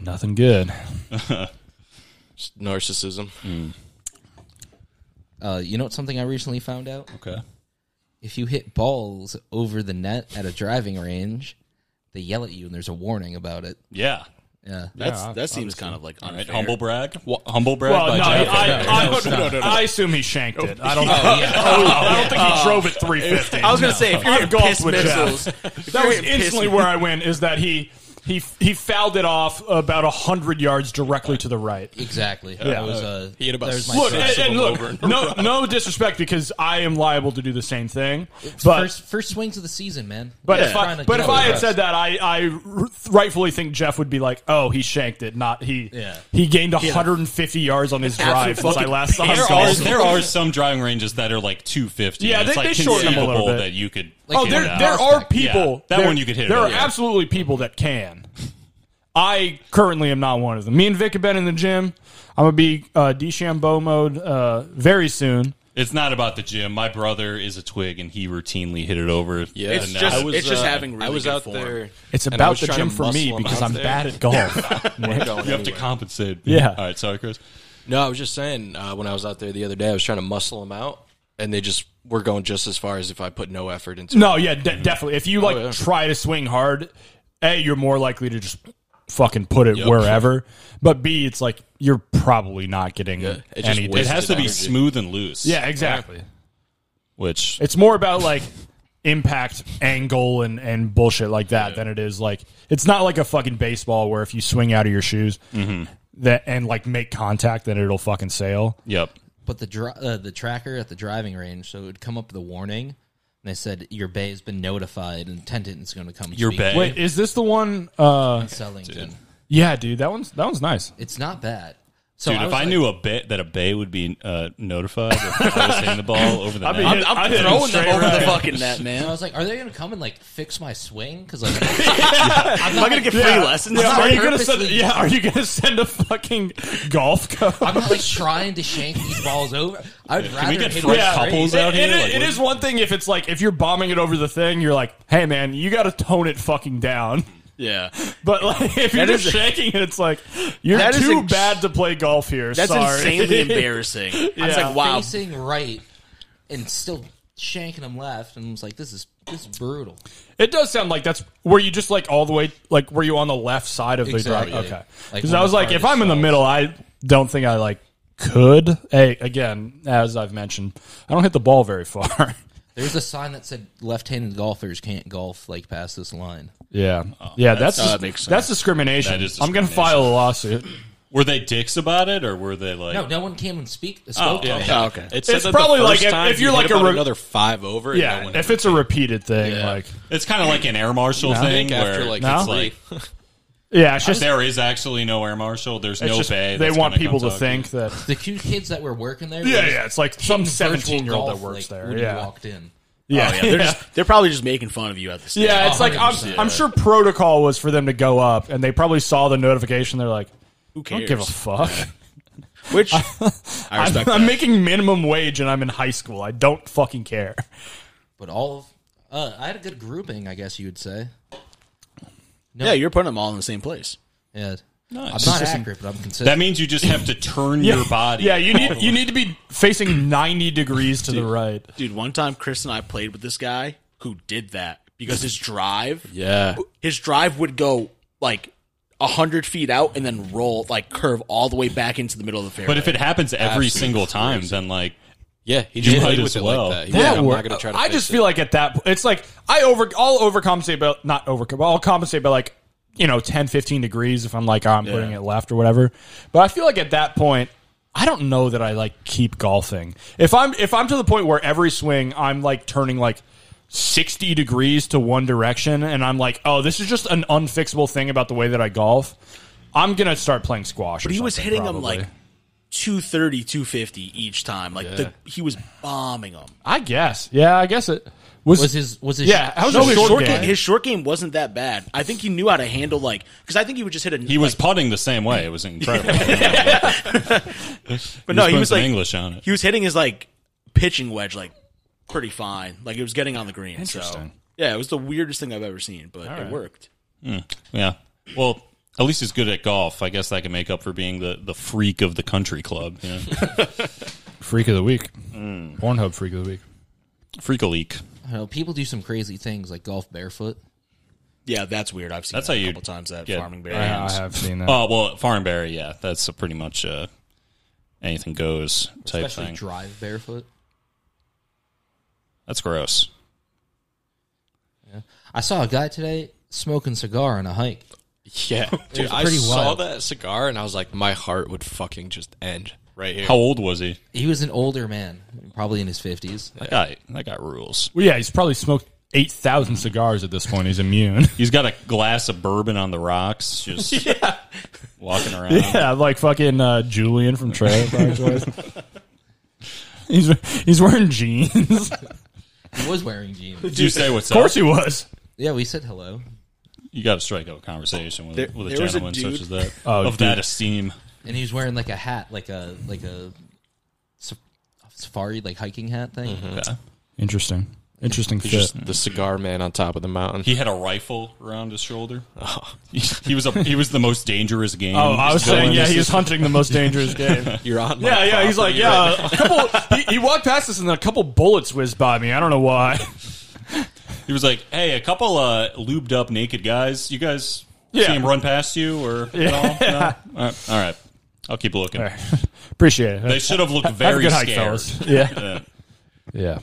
A: Nothing good.
E: Just narcissism.
D: Uh, you know what's something I recently found out?
B: okay.
D: If you hit balls over the net at a driving range, they yell at you and there's a warning about it.
B: Yeah.
D: Yeah.
C: That's that seems kind of like
B: All right.
C: unfair.
B: Humble brag. humble brag.
A: Well,
B: by
A: no,
B: Jeff.
A: I, I, I, I assume he shanked it. I don't know. Oh, I don't think he drove at 350.
F: I was gonna say if you're
A: I've
F: hitting
A: golfed
F: piss
A: with Jeff.
F: missiles,
A: that was instantly where I went. Is that he he he fouled it off about hundred yards directly to the right.
D: Exactly. That was, uh,
E: He had about
D: that was my
A: Look
D: first,
A: and, and look, no no disrespect because I am liable to do the same thing. But
D: first first swings of the season, man.
A: but
D: Yeah.
A: if
D: Trying
A: I
D: to
A: but
D: get
A: if I had
D: impressed.
A: said that, I I rightfully think Jeff would be like, oh, he shanked it, not he.
D: Yeah.
A: He gained 150 yards on his drive since I last saw him Oh,
B: There are,
A: golf.
B: there are some driving ranges that are like 250.
A: Yeah,
B: and it's
A: they-
B: like
A: they shorten them a little
B: conceivable
A: bit.
B: that you could.
A: Oh,
D: Yeah.
A: there,
D: Yeah.
A: there are
D: Prospect.
A: people.
B: Yeah. That
A: there-
B: one you could hit it
A: There are
B: with, yeah.
A: absolutely people that can. I currently am not one of them. Me and Vic have been in the gym. I'm gonna be uh, DeChambeau mode uh, very soon.
B: It's not about the gym. My brother is a twig, and he routinely hit it over.
E: Yeah,
B: the
E: It's
B: net.
E: just-
B: I was-
F: it's just having really
E: I was
F: good
E: out
F: form.
E: there.
A: It's
E: and I
A: about
E: was
A: the
E: trying
A: gym
E: to
A: for me
E: muscle him
A: because
E: out
A: I'm
E: there.
A: bad at golf.
E: We're going
B: you have to
E: anywhere.
B: compensate.
A: Yeah.
B: All right. Sorry, Chris.
E: No, I was just saying uh, when I was out there the other day, I was trying to muscle them out, and they just were going just as far as if I put no effort into. it.
A: no, yeah, de- definitely. If you like
E: yeah.
A: try to swing hard, a you're more likely to just fucking put it wherever. But b it's like you're probably not getting
E: Yeah, it just
A: any.
E: wasted
B: It has to be
E: energy.
B: smooth and loose.
A: Yeah, exactly.
B: Which
A: It's more about like impact angle and, and bullshit like that than it is like it's not like a fucking baseball where if you swing out of your shoes that and like make contact then it'll fucking sail.
B: Yep.
D: But the dri- uh, the tracker at the driving range, so it would come up with a warning, and I said your bay has been notified, and Tenton is going to come.
B: Your
D: speak
B: bay.
A: Wait, is this the one uh
D: in Sellington.
A: yeah, dude, that one's that one's nice.
D: It's not bad. So
B: Dude, if
D: was
B: I
D: like-
B: knew a bay that a bay would be uh, notified if I was hitting the ball over the net,
A: mean,
F: I'm,
A: I
F: I'm
A: hit him
F: throwing them
A: straight
F: over
A: right.
F: the fucking net,
D: I
F: man.
D: was like, are they going to come and like fix my swing? Because like,
F: I'm not gonna get free lessons.
A: Yeah, are you gonna send?
D: purposely-
A: Yeah, are you gonna send a fucking golf coach?
D: I'm not like trying to shank these balls over. I'd rather
B: we get
D: hit
B: Frank
D: them
B: Couples
D: straight.
A: It-
B: out
A: it
B: here,
A: is-
B: like,
A: it
B: what-
A: is one thing if it's like if you're bombing it over the thing, you're like, hey man, you got to tone it fucking down.
F: Yeah,
A: But like, if you're
F: That
A: just
F: is a-
A: shaking it, it's like you're
F: That is
A: too
F: ex-
A: bad to play golf here.
F: that's
A: Sorry.
F: insanely embarrassing. I was
A: Yeah.
F: like, wow,
D: facing right and still shanking them left, and I was like, this is this is brutal.
A: It does sound like that's were you just like all the way like were you on the left side of the
D: Exactly.
A: drive? Okay,
D: Like,
A: because
D: when
A: I was
D: the
A: like,
D: car
A: if I'm in the
D: decides-
A: middle, I don't think I like could. Hey, again, as I've mentioned, I don't hit the ball very far.
D: There's a sign that said left-handed golfers can't golf like past this line.
A: yeah, yeah,
F: that's-
A: that's that's,
F: that makes sense.
A: discrimination.
B: That is
A: I'm gonna
B: discrimination.
A: file a lawsuit.
B: were they dicks about it, or were they like?
D: No, no one came and speak. Spoke to me.
F: Oh, okay.
E: It said
A: It's
E: that the
A: probably
E: first
A: like if-
E: time
A: if you're
E: he hit
A: like a
E: about
A: re-
E: another five over. and no
A: Yeah,
E: one
A: if it's a repeated thing,
E: Yeah.
A: like
B: It's kind of like an air marshal
E: I
B: thing
E: think after
B: where
E: like
A: No?
B: it's
E: three.
B: like
A: yeah, it's just,
B: there is actually no air marshal. There's
A: it's
B: no
A: just
B: bay.
A: they
B: that's
A: want
B: gonna
A: people
B: come
A: to
B: talk you.
A: think that
D: The two kids that were working there.
A: yeah,
D: were
A: yeah, it's like some
D: just hitting virtual
A: 17 year old that
D: golf,
A: works
D: like,
A: there.
D: when You
A: Yeah,
D: walked in.
A: yeah,
F: Oh, yeah, they're just they're probably just making fun of you at this.
A: Yeah, it's like I'm,
D: 100%.
A: I'm sure protocol was for them to go up, and they probably saw the notification. They're like,
F: who
A: "I
F: cares?
A: don't give a fuck.
F: Which I
A: I'm,
F: respect. that.
A: I'm making minimum wage, and I'm in high school. I don't fucking care."
D: But all of uh, I had a good grouping, I guess you would say.
F: yeah, you're putting them all in the same place.
D: Yeah.
B: Nice.
D: I'm not accurate, but I'm consistent.
B: That means you just have to turn your body.
A: Yeah, you need you need to be facing 90 degrees to the right.
F: Dude, one time Chris and I played with this guy who did that because his drive,
E: yeah,
F: his drive would go like hundred feet out and then roll like curve all the way back into the middle of the fairway.
B: But if it happens every
E: Absolutely
B: single time, then like
E: Yeah, he
B: You
E: just
B: might
E: played
B: as
E: with
B: well.
E: it like that. He was
G: That
E: like, I'm
G: wor-
E: not gonna try to.
G: I
E: fix
G: just
E: it.
G: feel like at that point, it's like I over, I'll overcompensate, but not overcompensate. I'll compensate by like, you know, 10, 15 degrees if I'm like, oh, I'm putting it left or whatever. But I feel like at that point, I don't know that I like keep golfing. If I'm, if I'm to the point where every swing I'm like turning like 60 degrees to one direction and I'm like, oh, this is just an unfixable thing about the way that I golf. I'm going to start playing squash. But
F: he was hitting them like 230, 250 each time. Like the, he was bombing them.
G: I guess. Yeah, I guess it was.
D: Was his was his
G: yeah, how's
F: No,
G: his
F: his
G: short,
F: short
G: game?
F: game, his short game wasn't that bad. I think he knew how to handle like because I think he would just hit a.
B: He was putting the same way. It was incredible.
F: but no, he
B: putting
F: was
B: some
F: like
B: English on it.
F: He was hitting his like pitching wedge like pretty fine. Like it was getting on the green. So
G: Interesting.
F: yeah, it was the weirdest thing I've ever seen, but it worked.
B: Yeah. Well, at least he's good at golf. I guess that can make up for being the, the freak of the country club. Yeah.
A: Freak of the week. Pornhub freak of the week.
B: freak a leak.
D: I don't know, people do some crazy things like golf barefoot.
F: Yeah, that's weird. I've seen
B: That's
F: that
B: how
F: a
B: you
F: couple times that
B: get
F: farming bear.
A: I, I have seen that.
B: Oh, well, Farnberry, yeah. That's a pretty much uh, anything goes type
D: Especially
B: thing.
D: drive barefoot.
B: That's gross.
D: I saw a guy today smoking cigar on a hike.
E: Yeah, dude, I
D: pretty
E: saw
D: wild.
E: that cigar and I was like, my heart would fucking just end right here.
B: How old was he?
D: He was an older man, probably in his fifties.
B: That guy, that guy rules.
A: Well, yeah, he's probably smoked 8,000 cigars at this point. He's immune.
B: He's got a glass of bourbon on the rocks, just walking around.
A: yeah, like fucking uh, Julian from Trailer Park Boys. He's, he's wearing jeans. of
D: He was wearing jeans.
B: Did you say what's
A: course
B: up?
A: he was.
D: Yeah, we said hello.
B: You got to strike up a conversation with, with a
F: there was a
B: gentleman
F: dude-
B: such as that.
A: Oh,
B: of
A: dude.
B: that esteem.
D: And he was wearing like a hat, like a like a sa- safari, like hiking hat thing.
B: Okay.
A: Interesting. Interesting
E: He's
A: fit.
E: just the cigar man on top of the mountain.
B: He had a rifle around his shoulder. He, he was a, he was the most dangerous game.
A: oh, I was saying,
E: going
A: yeah,
E: this
A: he's hunting the most dangerous game.
E: You're on. my
A: Yeah, yeah, he's like,
E: property
A: yeah,
E: right
A: a couple, he, he walked past us and a couple bullets whizzed by me. I don't know why.
B: He was like, "Hey, a couple uh, lubed up naked guys. You guys see
A: Yeah.
B: him run past you or yeah. no? All right, all right. I'll keep looking.
A: All right. Appreciate it.
B: They should have looked
A: Have a
B: very
A: good hike,
B: scared.
A: fellas. Yeah.
B: Yeah.
A: Yeah.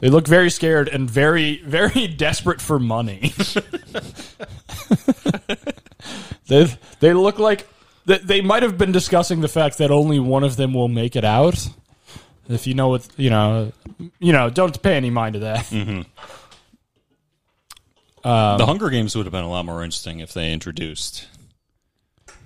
A: They look very scared and very, very desperate for money. they they look like they, they might have been discussing the fact that only one of them will make it out. If you know what you know, you know, don't pay any mind to that.
B: Hmm.
A: Um,
B: the Hunger Games would have been a lot more interesting if they introduced.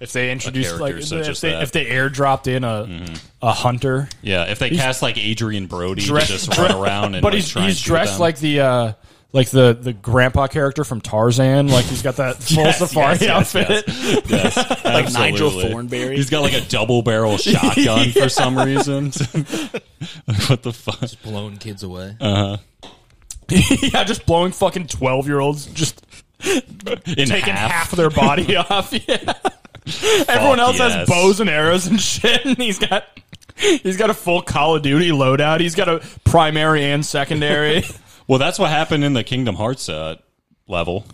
A: If they introduced
B: character
A: like
B: such
A: if
B: as
A: they,
B: that. Mm-hmm.
A: if they airdropped in a a hunter,
B: Yeah, if they cast like Adrian Brody
A: Dress-
B: to just run around and
A: but
B: like,
A: he's
B: try and
A: he's
B: shoot
A: dressed
B: them.
A: like the uh, like the the grandpa character from Tarzan, like he's got that full
B: Yes,
A: safari
B: yes, yes,
A: outfit.
B: yes.
F: Like Nigel
B: Absolutely.
F: Thornberry.
B: He's got like a double barrel shotgun for some reason. Like, what the fuck?
D: Blowing kids away.
B: Oh,
A: yeah, just blowing fucking twelve year olds, just
B: In
A: taking half. their body off. Yeah. Everyone else
B: yes.
A: has bows and arrows and shit, and he's got he's got a full Call of Duty loadout. He's got a primary and secondary.
B: Well, that's what happened in the Kingdom Hearts uh, level.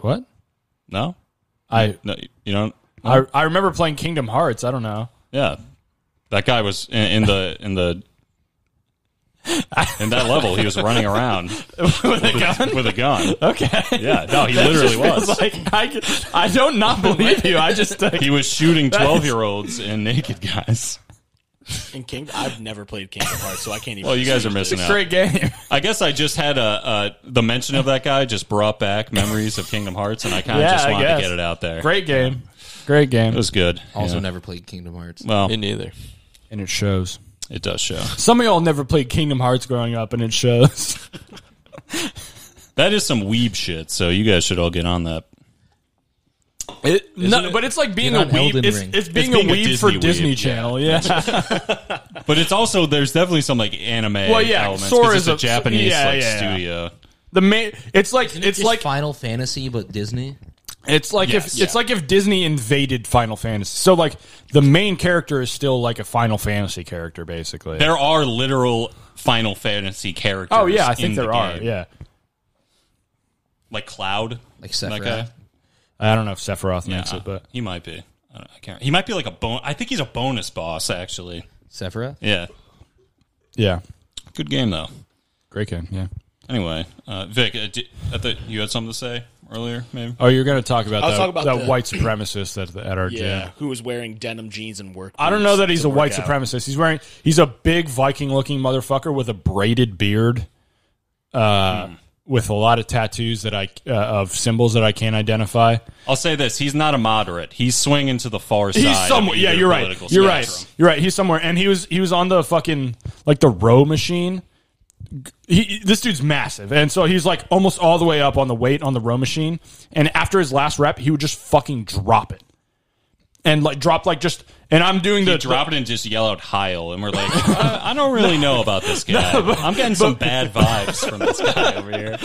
A: what?
B: No,
A: I,
B: no, you know,
A: I I remember playing Kingdom Hearts. I don't know.
B: yeah, that guy was in, in the in the in that level. He was running around
A: With a gun.
B: with a gun.
A: Okay.
B: Yeah, no, he literally was.
A: Like I, I don't not believe you. I just uh,
B: He was shooting twelve year olds and naked guys.
F: in King, I've never played Kingdom Hearts, so I can't even.
B: Well, you guys are missing out.
A: great game.
B: I guess I just had a, a the mention of that guy just brought back memories of Kingdom Hearts, and I kind of
A: Yeah,
B: just
A: I
B: wanted to
A: guess.
B: get it out there.
A: Great game. Great
B: it
A: game.
B: was good.
D: Also,
B: Yeah.
D: never played Kingdom Hearts.
B: well,
E: Me neither.
A: And it shows.
B: it does show.
A: Some of y'all never played Kingdom Hearts growing up, and it shows.
B: That is some weeb shit. So you guys should all get on that.
A: It, no,
B: it-
A: but it's like being
D: You're
A: a
D: not
A: weeb.
D: Elden
A: It's,
D: Ring.
A: it's being
B: being
A: a
B: a
A: weeb for Disney
B: Disney weeb,
A: Channel. Yeah,
B: But it's also there's definitely some like anime.
A: Well, yeah,
B: elements,
A: Sora
B: 'cause
A: is
B: it's a,
A: a-
B: Japanese
A: yeah,
B: like
A: yeah, yeah.
B: studio.
A: the main. It's like
D: Isn't it
A: it's
D: just
A: like
D: Final Fantasy, but Disney.
A: it's like if it's like if Disney invaded Final Fantasy. So like the main character is still like a Final Fantasy character, basically.
B: There are literal Final Fantasy characters.
A: oh yeah, I
B: in
A: think
B: the
A: there are.
B: game.
A: Yeah,
B: like Cloud,
D: Like
B: that
D: Sephiroth.
B: guy?
A: I don't know if Sephiroth makes
B: Yeah,
A: it, but
B: he might be. I, don't, I can't. He might be like a bon. I think he's a bonus boss actually.
D: Sephiroth?
B: Yeah,
A: Yeah.
B: good game though.
A: Great game. Yeah.
B: Anyway, uh, Vic, uh, di- I thought you had something to say earlier, maybe.
A: Oh, you're going to talk about
F: I'll
A: that,
F: talk about
A: that
F: the-
A: white supremacist that's at our
F: Yeah,
A: gym.
F: who was wearing denim jeans and work.
A: I don't
F: boots
A: know that he's
F: to
A: a
F: work
A: white
F: out.
A: supremacist. He's wearing he's a big Viking looking motherfucker with a braided beard, uh, with a lot of tattoos that I uh, of symbols that I can't identify.
B: I'll say this: he's not a moderate. He's swinging to the far side.
A: He's
B: of
A: somewhere. Yeah,
B: either
A: you're right.
B: political
A: You're
B: spectrum.
A: right. You're right. He's somewhere, and he was he was on the fucking like the row machine. He, this dude's massive, and so he's like almost all the way up on the weight on the row machine. And after his last rep, he would just fucking drop it, and like drop like just. And I'm doing the
B: He dropped it and just yell out Heil, and we're like, I, I don't really know about this guy. I'm getting some bad vibes from this guy over here.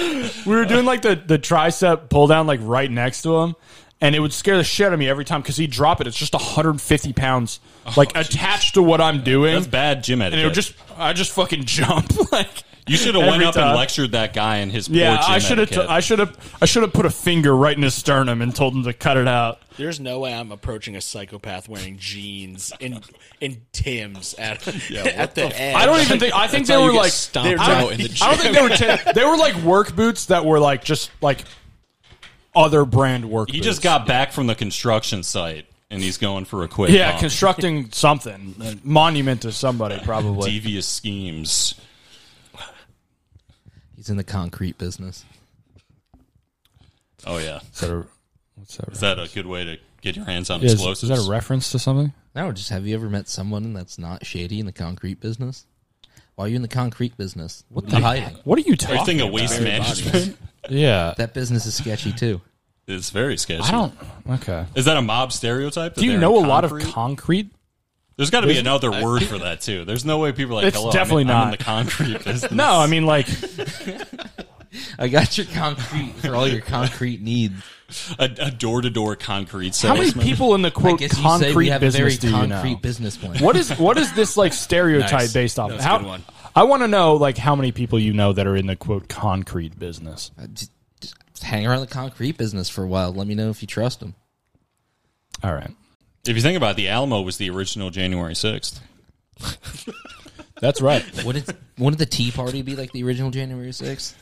A: we were doing like the, the tricep pull down like right next to him and it would scare the shit out of me every time because he'd drop it it's just 150 pounds like attached to what i'm doing
B: Oh, That's bad gym
A: and it
B: etiquette.
A: would just i just fucking jump like
B: you should have went
A: every
B: up
A: time.
B: and lectured that guy in his
A: yeah
B: poor gym
A: i should have t-
B: etiquette.
A: i should have i should have put a finger right in his sternum and told him to cut it out
F: There's no way I'm approaching a psychopath wearing jeans and and Tim's at, at the, end.
A: i don't even think i think they were like
E: stomped
A: I don't,
E: out in the gym.
A: I don't think they were ten, they were like work boots that were like just like other brand work
B: he
A: boots.
B: just got back from the construction site, and he's going for a quick
A: yeah
B: bump.
A: constructing something a monument to somebody probably
B: devious schemes.
D: He's in the concrete business.
B: Oh yeah,
A: Is that a, what's that?
B: is that a good way to get your hands on
A: is, is
B: explosives?
A: that a reference to something?
D: No, just have you ever met someone that's not shady in the concrete business? Why are you in the concrete business? What, are you hiding?
A: What are you
B: Are you
A: talking?
B: thinking of waste management?
A: yeah,
D: That business is sketchy too.
B: It's very sketchy.
A: I don't. Okay.
B: Is that a mob stereotype? that
A: Do you
B: they're
A: know a
B: in
A: lot of
B: concrete?
A: concrete?
B: There's got to be another word for that too. There's no way people are like
A: It's
B: hello. I'm
A: definitely
B: in- I'm in
A: not.
B: the concrete business.
A: No, I mean like
D: I got your concrete for all your concrete needs.
B: a door to door concrete
A: how many
B: salesman.
A: people in the
D: I
A: quote
D: guess you say we
A: concrete
D: have a very
A: business do you
D: concrete
A: know?
D: business plan.
A: What is what is this like stereotype
F: Nice.
A: based off? of?
F: That's a
A: how,
F: good one.
A: I want to know like how many people you know that are in the quote concrete business.
D: Uh, Just, just hang around the concrete business for a while. Let me know if you trust them.
A: All right,
B: If you think about it, the Alamo was the original January sixth.
A: that's right.
D: Wouldn't wouldn't the Tea Party be like the original January sixth?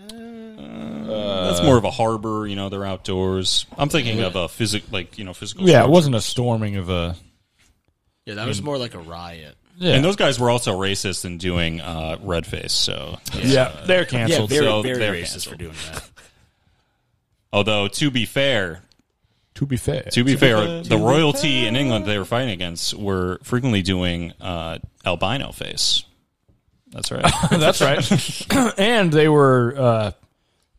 A: Uh,
B: That's more of a harbor. You know, they're outdoors. I'm thinking of a physic, like you know, physical.
A: yeah, it
B: structure.
A: wasn't a storming of a.
F: Yeah, that was more like a riot.
A: Yeah,
B: And those guys were also racist in doing uh, red face. So,
A: yeah, they're
F: Yeah,
A: canceled.
F: very,
B: so
F: very
B: they're
F: racist
B: canceled.
F: for doing that.
B: although to be fair,
A: to be fair,
B: to be fair, the royalty in England they were fighting against were frequently doing uh, albino face. That's right.
A: That's right. and they were uh,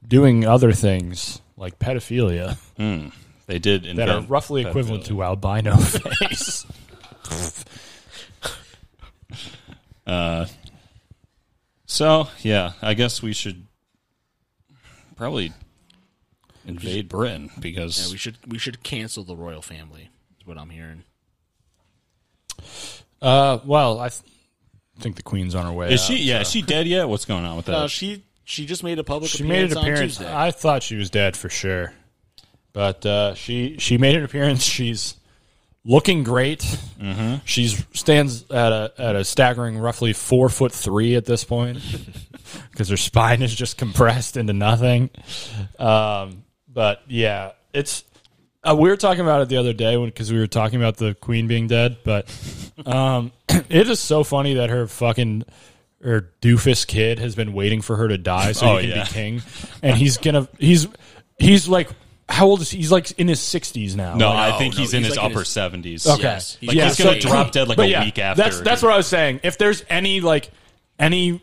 A: doing other things like pedophilia
B: they did
A: that are
B: invent
A: roughly equivalent to albino face.
B: So yeah, I guess we should probably invade Britain because
F: Yeah, we should we should cancel the royal family. Is what I'm hearing.
A: uh, well, I th- think the queen's on her way.
B: is
A: out.
B: she? Yeah, is she dead yet? What's going on with that?
F: Uh, she she just made a public
A: She
F: appearance
A: made an appearance.
F: on Tuesday.
A: I thought she was dead for sure, but uh, she she made an appearance. She's looking great. She stands at a at a staggering roughly four foot three at this point because her spine is just compressed into nothing. Um, but yeah, it's. Uh, we were talking about it the other day because we were talking about the queen being dead, but um, it is so funny that her fucking her doofus kid has been waiting for her to die so
B: Oh,
A: he can
B: yeah.
A: be king, and he's gonna he's he's like how old is he? He's like in his sixties now.
B: no,
A: Like,
B: I think
F: no,
B: he's in
F: he's
B: his
F: like in
B: upper
F: his-
B: seventies.
A: Okay.
F: Yes.
B: Like,
F: Yeah,
B: he's gonna
F: so-
B: drop dead like
A: but
B: a
A: yeah,
B: week after.
A: That's that's what I was saying. If there's any like any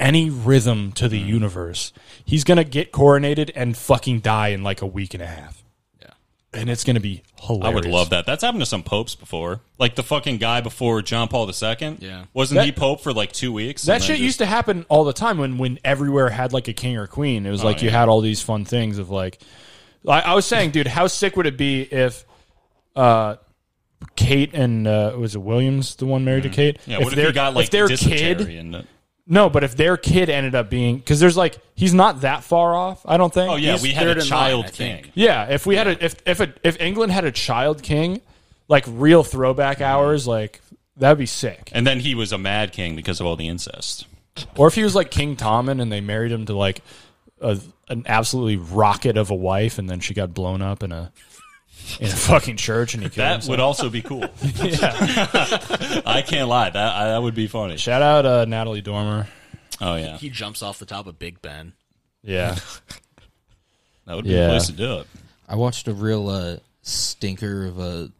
A: any rhythm to
B: Mm-hmm.
A: the universe, he's gonna get coronated and fucking die in like a week and a half. Yeah. And it's gonna be
B: I
A: hilarious.
B: would love that. That's happened to some popes before. Like the fucking guy before John Paul II.
F: Yeah.
B: Wasn't
A: That-
B: he pope for like two weeks?
A: That shit used to happen all the time when when everywhere had like a king or queen. It
B: Oh,
A: was like you had all these fun things of like I, I was saying, dude, how sick would it be if uh Kate and uh, was it Williams the one married to Kate?
B: Mm-hmm. Yeah, what if,
A: their-
B: he got like
A: if their
B: dysentery
A: kid
B: and
A: No, but if their kid ended up being because there's like he's not that far off. I don't think.
B: Oh yeah,
F: He's
B: we had
F: third
B: a
F: in line,
B: child
F: I
B: king.
F: think.
A: Yeah, if we had a if if a, if England had a child king, like real throwback hours, like That'd be sick.
B: And then he was a mad king because of all the incest.
A: Or if he was like King Tommen and they married him to like a, an absolutely rocket of a wife, and then she got blown up in a in a fucking church, and he killed
B: That
A: himself.
B: would also be cool. I can't lie. That I, that would be funny.
A: Shout out uh, Natalie Dormer.
B: Oh yeah,
C: He jumps off the top of Big Ben.
A: Yeah,
B: that would be
A: Yeah.
B: the place to do it.
D: I watched a real uh, stinker of a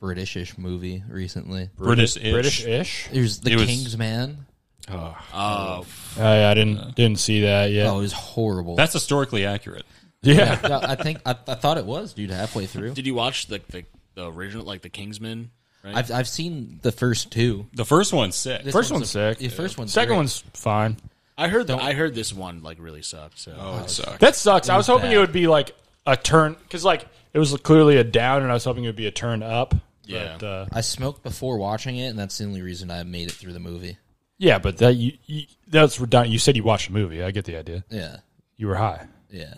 D: Britishish movie recently.
B: British,
A: British ish.
D: There's The
B: It was-
D: King's Man.
C: Uh,
A: Oh, yeah, I didn't didn't see that yet.
D: Oh, it was horrible.
B: That's historically accurate.
A: yeah,
D: No, I think I, I thought it was, dude. Halfway through,
C: Did you watch the the, the original, like the Kingsman? Right?
D: I've I've seen the first two.
B: The first one's sick.
D: This
A: first one's,
D: a-
A: sick.
D: The first one's
A: second
D: great.
A: one's fine.
C: I heard the, I heard this one like really sucked. So
E: Oh, it sucked.
A: That sucks. I was hoping
D: bad.
A: it would be like a turn because like it was clearly a down, and I was hoping it would be a turn up.
C: Yeah.
A: but, uh,
D: I smoked before watching it, and that's the only reason I made it through the movie.
A: yeah, but that you, you that's redundant. You said you watched the movie. I get the idea.
D: Yeah,
A: You were high.
D: yeah.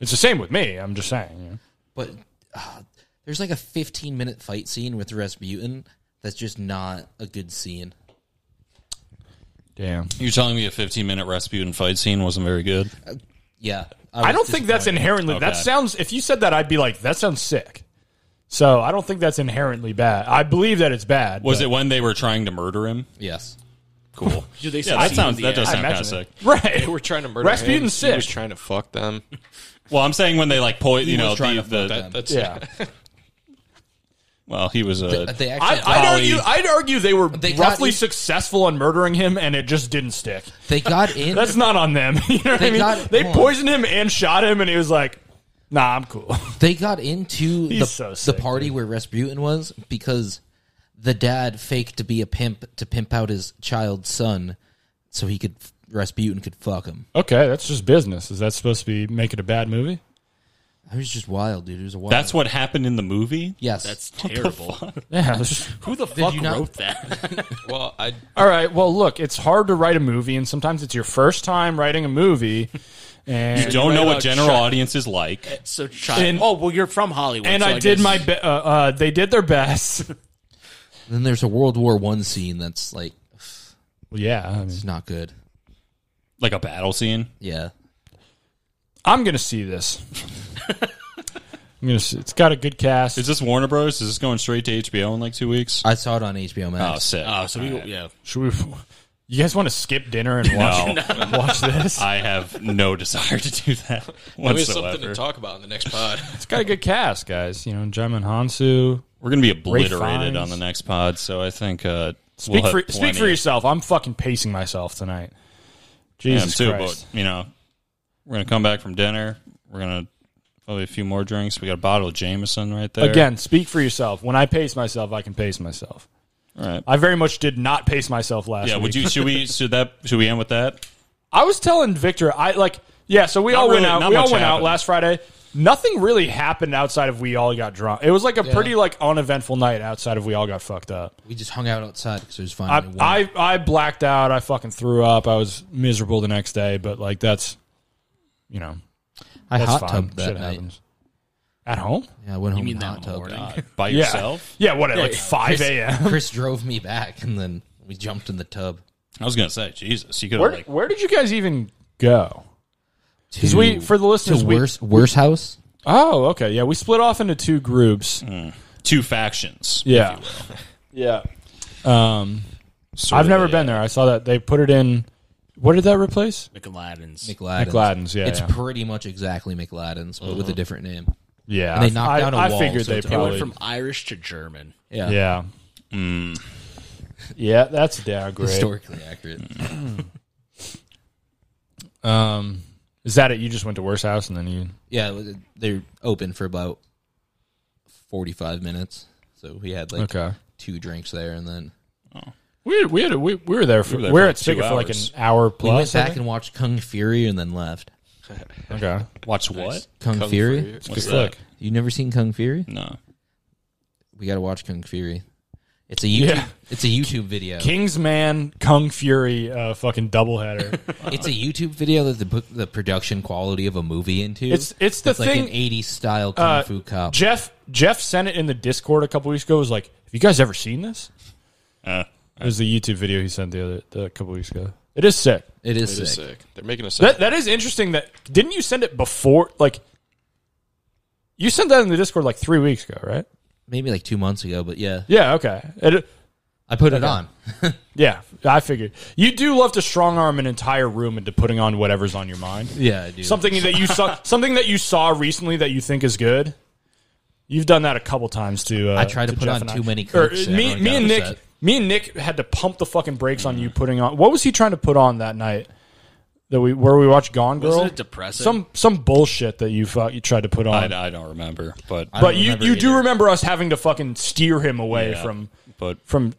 A: It's the same with me. I'm just saying. you know.
D: But uh, there's like a 15 minute fight scene with Rasputin that's just not a good scene.
A: Damn.
B: You're telling me a 15 minute Rasputin fight scene wasn't very good?
D: Yeah,
A: I
D: was
A: don't think that's
D: disappointed.
A: inherently. That
B: Okay.
A: sounds. If you said that, I'd be like, that sounds sick. So I don't think that's inherently bad. I believe that it's bad.
B: Was it when they were trying to murder him?
D: Yes,
B: Cool.
C: do they
B: Yeah, that sounds that does
A: I
B: sound kind
A: imagine
B: of sick.
A: it. right?
E: They were trying to murder him.
A: Rasputin's
E: He was
A: sick.
E: trying to fuck them.
B: Well, I'm saying when they like point, you
D: was
B: know,
D: trying
B: the,
D: to
B: the,
D: fuck
E: That, that's
A: Yeah,
B: well, he was a
D: But they
A: I,
D: actually
A: I'd argue. I'd argue they were
D: They got
A: roughly
D: each-
A: successful on murdering him, and it just didn't stick.
D: they got in.
A: That's not on them. You know what
D: They
A: I mean?
D: got-
A: they
D: hold on.
A: poisoned him and shot him, and he was like, "Nah, I'm cool."
D: they got into the,
A: so
D: the
A: sick,
D: party where Rasputin was because the dad faked to be a pimp to pimp out his child's son so he could Rasputin could fuck him.
A: okay, that's just business. Is that supposed to be make it a bad movie?
D: It was just wild, dude. It was wild.
B: That's what happened in the movie.
D: yes.
C: That's terrible.
A: Yeah.
C: Who the fuck
D: you not-
C: wrote that?
E: well, I
A: All right. Well, look, it's hard to write a movie, and sometimes it's your first time writing a movie, and
B: You don't know what general
E: Shrek.
B: audience is like.
C: so child. oh well, you're from Hollywood.
A: and
C: so
A: I, did
C: guess-
A: my be- uh, uh, they did their best.
D: then there's a World War One scene that's like
A: Well, yeah, I mean,
D: it's not good.
B: like a battle scene.
D: Yeah.
A: I'm gonna see this. I'm gonna. See, it's got a good cast.
B: Is this Warner Bros? Is this going straight to HBO in like two weeks?
D: I saw it on HBO
B: Oh,
D: Max.
B: sick.
C: Oh, so we yeah.
A: Should we? You guys want to skip dinner and watch watch this?
B: I have no desire to do that
E: we have something
B: whatsoever.
E: to talk about in the next pod.
A: It's got a good cast, guys. You know, Jaimon Hansu.
B: We're going to be
A: Fiennes.
B: obliterated on the next pod, so I think uh,
A: Speak
B: we'll
A: for
B: have
A: speak for
B: plenty.
A: yourself. I'm fucking pacing myself tonight.
B: I am
A: Jesus
B: too,
A: Christ.
B: but you know, we're going to come back from dinner. We're going to probably a few more drinks. We got a bottle of Jameson right there.
A: Again, speak for yourself. When I pace myself, I can pace myself.
B: all right.
A: I very much did not pace myself last
B: Yeah,
A: week.
B: would you? Should we? Should that? Should we end with that?
A: I was telling Victor, I like, yeah. So we all went
B: really-
A: out.
B: not
A: We all
B: much
A: went out
B: happened.
A: last Friday. Nothing really happened outside of we all got drunk. It was like a pretty like uneventful night outside of we all got fucked up.
D: We just hung out outside because it was finally
A: I,
D: warm.
A: I I blacked out. I fucking threw up. I was miserable the next day. But like that's, you know,
D: I
A: that's
D: hot
A: fine.
D: tubbed that
A: Shit
D: night.
A: happens. At home?
D: Yeah, I went home
C: mean
D: and
C: that
D: hot tubbed.
C: morning?
B: By
A: Yeah.
B: yourself?
A: Yeah. What at like five a.m.
D: Chris drove me back, and then we jumped in the tub.
B: I was gonna say, Jesus, you could have
A: Where
B: like
A: Where did you guys even go? Because we
D: To-
A: for the listeners
D: to
A: we
D: worse, worse house.
A: oh okay yeah we split off into two groups
B: two factions.
A: yeah Mm. yeah. Um, I've never been there. I saw that they put it in. What did that replace?
C: McLaddens.
D: McLadden's.
A: McLaddens, yeah,
D: It's
A: yeah. Mm-hmm.
D: pretty much exactly McLaddens, but with a different name.
A: Yeah,
D: And they knocked
A: I,
D: down a
A: I
D: wall,
A: figured
D: so
A: they
D: it's
C: It
A: probably
C: went from Irish to German.
D: Yeah.
A: yeah. Yeah, that's a downgrade.
D: Historically accurate.
A: Um, is that it? You just went to worse house and then you
D: Yeah, it was- they're open for about 45 minutes. So we had like
A: okay.
D: two drinks there and then
A: We we had a, we, we were there for we
B: were
A: were,
B: there for
A: at
B: two
A: Spigot for like an
B: hours.
A: hour plus.
D: we went
A: I
D: back
A: think.
D: and watched Kung Fury and then left.
A: okay,
B: Watch what?
D: Kung, Fury?
A: it's a good
B: that?
A: flick.
D: You never seen Kung Fury?
B: No.
D: We got to watch Kung Fury. It's a YouTube
A: Yeah.
D: it's a YouTube video.
A: Kingsman, Kung Fury, uh, fucking doubleheader.
D: It's a YouTube video that they put the production quality of a movie into.
A: It's- it's the
D: like
A: thing-
D: an 80s style kung
A: Uh,
D: fu cop.
A: Jeff Jeff sent it in the Discord a couple weeks ago. Was like, have you guys ever seen this?
B: Uh,
H: There's the YouTube video he sent the other the, a couple weeks ago. It is sick.
D: It is
E: It
D: sick.
E: is sick. They're making a sick.
A: That that is interesting. That didn't you send it before? Like, you sent that in the Discord like three weeks ago, right?
D: Maybe like two months ago, but yeah,
A: Yeah. Okay. It,
D: I put it on.
A: yeah, I figured you do love to strong arm an entire room into putting on whatever's on your mind.
D: Yeah, I do.
A: Something that you saw, something that you saw recently that you think is good. You've done that a couple times too. Uh,
D: I tried to put
A: Jeff
D: on
A: and I.
D: too many
A: Or, uh,
D: clips and
A: me,
D: everyone
A: me
D: got
A: and Nick,
D: upset. Mm.
A: me and Nick had to pump the fucking brakes on you putting on. What was he trying to put on that night? That we where we watched Gone Girl.
C: Wasn't it depressing?
A: Some some bullshit that you fu- you tried to put
B: I,
A: on.
B: I don't remember, but
A: But you,
D: remember
A: you do
D: either.
A: remember us having to fucking steer him away
B: Yeah.
A: from
B: but
A: from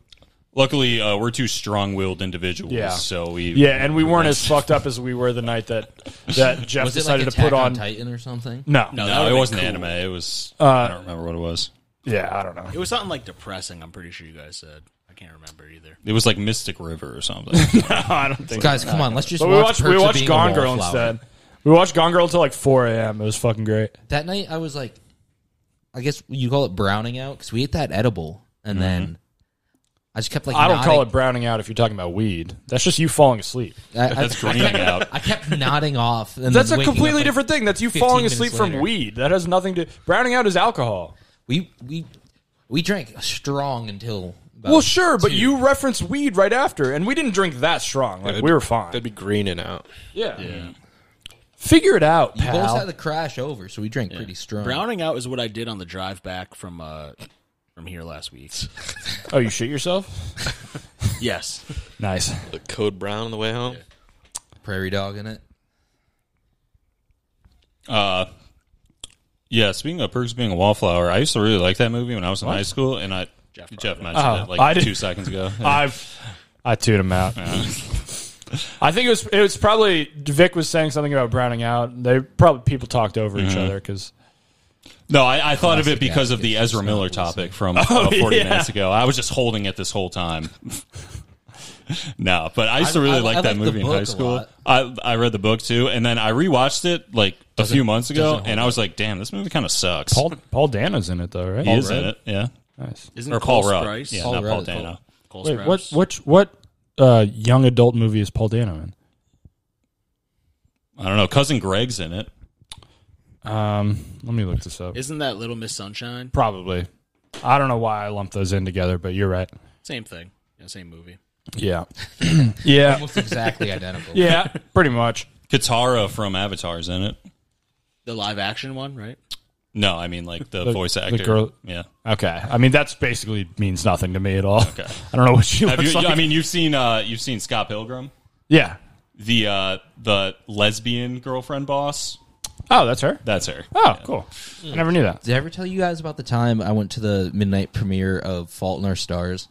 B: luckily uh, we're two strong-willed individuals,
A: Yeah.
B: so we
A: yeah, and we weren't as fucked up as we were the night that that Jeff
D: was it like
A: decided
D: Attack
A: to put
D: on
A: on.
D: Titan or something?
A: no,
C: no,
B: No,
C: that would've
B: it
C: been
B: wasn't
C: cool.
B: anime. It was
A: Uh,
B: I don't remember what it was.
A: yeah, I don't know.
C: It was something like depressing. I'm pretty sure you guys said. I can't remember either.
B: It was like Mystic River or something.
A: I don't think.
D: Guys, come on, let's just
A: But
D: watch.
A: we watched
D: Perks
A: we
D: of
A: watched
D: Being a
A: Gone Girl
D: Wallflower.
A: instead. We watched Gone Girl until like four a.m. It was fucking great.
D: That night, I was like, I guess you call it browning out because we ate that edible, and then I just kept like.
A: I don't call
D: nodding-
A: it browning out if you're talking about weed. That's just you falling asleep.
D: I, I-
B: That's greening out.
D: I kept nodding off. And
A: That's
D: then
A: a
D: waking up,
A: completely
D: like,
A: different thing. That's you
D: 15
A: falling
D: minutes
A: asleep from
D: later.
A: weed. That has nothing to browning out is alcohol.
D: We we we drank strong until. About
A: Well, sure, but you referenced weed right after, and we didn't drink that strong. Like
E: That'd-
A: we were fine.
E: That'd be greening out.
A: Yeah. Figure it out,
D: We both had
A: pal.
D: the crash over, so we drank pretty strong.
C: Browning out is what I did on the drive back from uh from here last week.
A: Oh, you shit yourself?
C: yes,
A: Nice.
E: The code brown on the way home.
D: prairie dog in it.
B: Uh, yeah. Speaking of perks of being a wallflower, I used to really like that movie when I was in high school, and I Jeff, mentioned
A: Oh,
B: it like
A: I didn't-
B: two seconds ago.
A: I've I toot him out. I think it was it was probably Vic was saying something about browning out. They probably people talked over each other because
B: no, I, I thought of it
D: Classic
B: because of the
D: advocates,
B: Ezra
D: it's
B: Miller
D: not listening.
B: topic from uh, forty
A: yeah.
B: minutes ago. I was just holding it this whole time. no, but I used to
D: I-
B: really
D: I-
B: like
D: I
B: that
D: liked the
B: movie in
D: book
B: high
D: a
B: school.
D: lot.
B: I I read the book too, and then I rewatched it like a few months ago,
D: doesn't
B: and I was like, "Damn, this movie kind of sucks."
A: Paul Paul Dano's in it though, right?
B: he is in it, yeah,
A: Nice.
C: isn't
B: or Paul
C: Cole
B: Rudd,
C: Sprouse?
B: yeah,
D: Paul
B: not
D: Rudd
B: Paul
D: is Paul-
B: Dano.
C: Cole
A: Wait,
C: Sprouse.
A: what which what uh, young adult movie is Paul Dano in?
B: I don't know. Cousin Greg's in it.
A: Um, let me look this up.
C: Isn't that Little Miss Sunshine?
A: probably. I don't know why I lumped those in together, but you're right.
C: Same thing. Yeah, same movie.
A: Yeah. yeah.
D: Almost exactly identical.
A: Yeah, pretty much.
B: Katara from Avatar's in it.
C: The live action one, right?
B: No, I mean like the,
A: The-
B: voice
A: the
B: actor.
A: girl-
B: Yeah.
A: Okay. I mean, that's basically means nothing to me at all. Okay. I don't know what she
B: Have
A: looks
B: you,
A: like.
B: I mean, you've seen uh, you've seen Scott Pilgrim,
A: yeah.
B: the uh, the lesbian girlfriend boss.
A: Oh, that's her.
B: That's her.
A: Oh, cool. I never knew that.
D: Did I ever tell you guys about the time I went to the midnight premiere of Fault in Our Stars?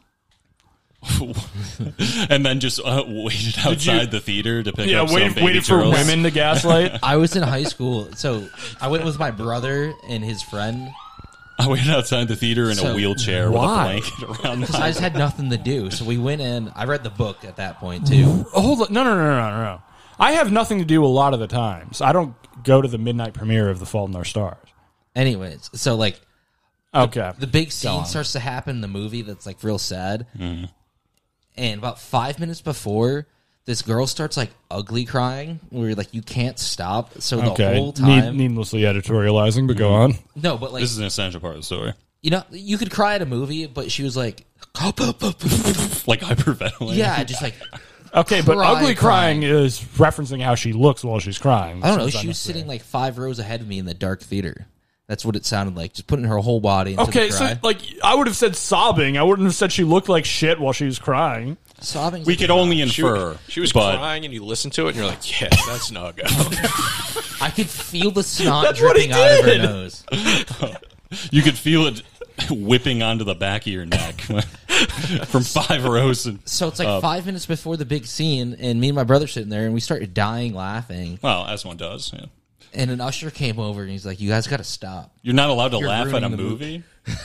B: and then just uh, waited outside the theater to pick
A: Yeah,
B: up some
A: waited,
B: baby
A: waited for
B: girls.
A: women to gaslight.
D: I was in high school, so I went with my brother and his friend.
B: I waited outside the theater in a
D: So,
B: wheelchair
A: why?
B: with a blanket around.
D: Because I
B: My,
D: just had nothing to do, so we went in. I read the book at that point too.
A: Oh, Hold on. No, no, no, no, no, no. I have nothing to do a lot of the times. I don't go to the midnight premiere of The Fault in Our Stars.
D: Anyways, so like
A: Okay.
D: the big scene starts to happen in the movie that's like real sad.
A: Mm-hmm.
D: And about five minutes before, this girl starts like ugly crying. Where like you can't stop. So the
A: okay.
D: whole time, Mm-hmm.
A: Need, needlessly editorializing, but go on.
D: no, but like
B: this is an essential part of the story.
D: you know, you could cry at a movie, but she was like,
B: Like hyperventilating.
D: yeah, just like
A: Okay, but
D: Cry,
A: ugly crying, is referencing how she looks while she's crying.
D: I don't know.
A: It's
D: She was
A: unnecessary.
D: sitting like five rows ahead of me in the dark theater. That's what it sounded like. Just putting her whole body into
A: Okay,
D: the
A: so
D: cry.
A: like I would have said sobbing. I wouldn't have said she looked like shit while she was crying.
D: sobbing.
B: We could only
E: She,
B: infer.
E: she was
B: but
E: crying, and you listen to it, and you're like, "Yeah, that's not good."
D: I could feel the snot
A: what he
D: dripping out of her
A: did.
D: nose.
B: You could feel it whipping onto the back of your neck from five rows. And,
D: So it's like
A: Um,
D: five minutes before the big scene, and me and my brother sitting there, and we started dying laughing.
B: well, as one does. Yeah.
D: And an usher came over, and he's like, "You guys got to stop."
B: You're not allowed to
D: You're
B: laugh at
D: ruining
B: a
D: the movie.
B: movie.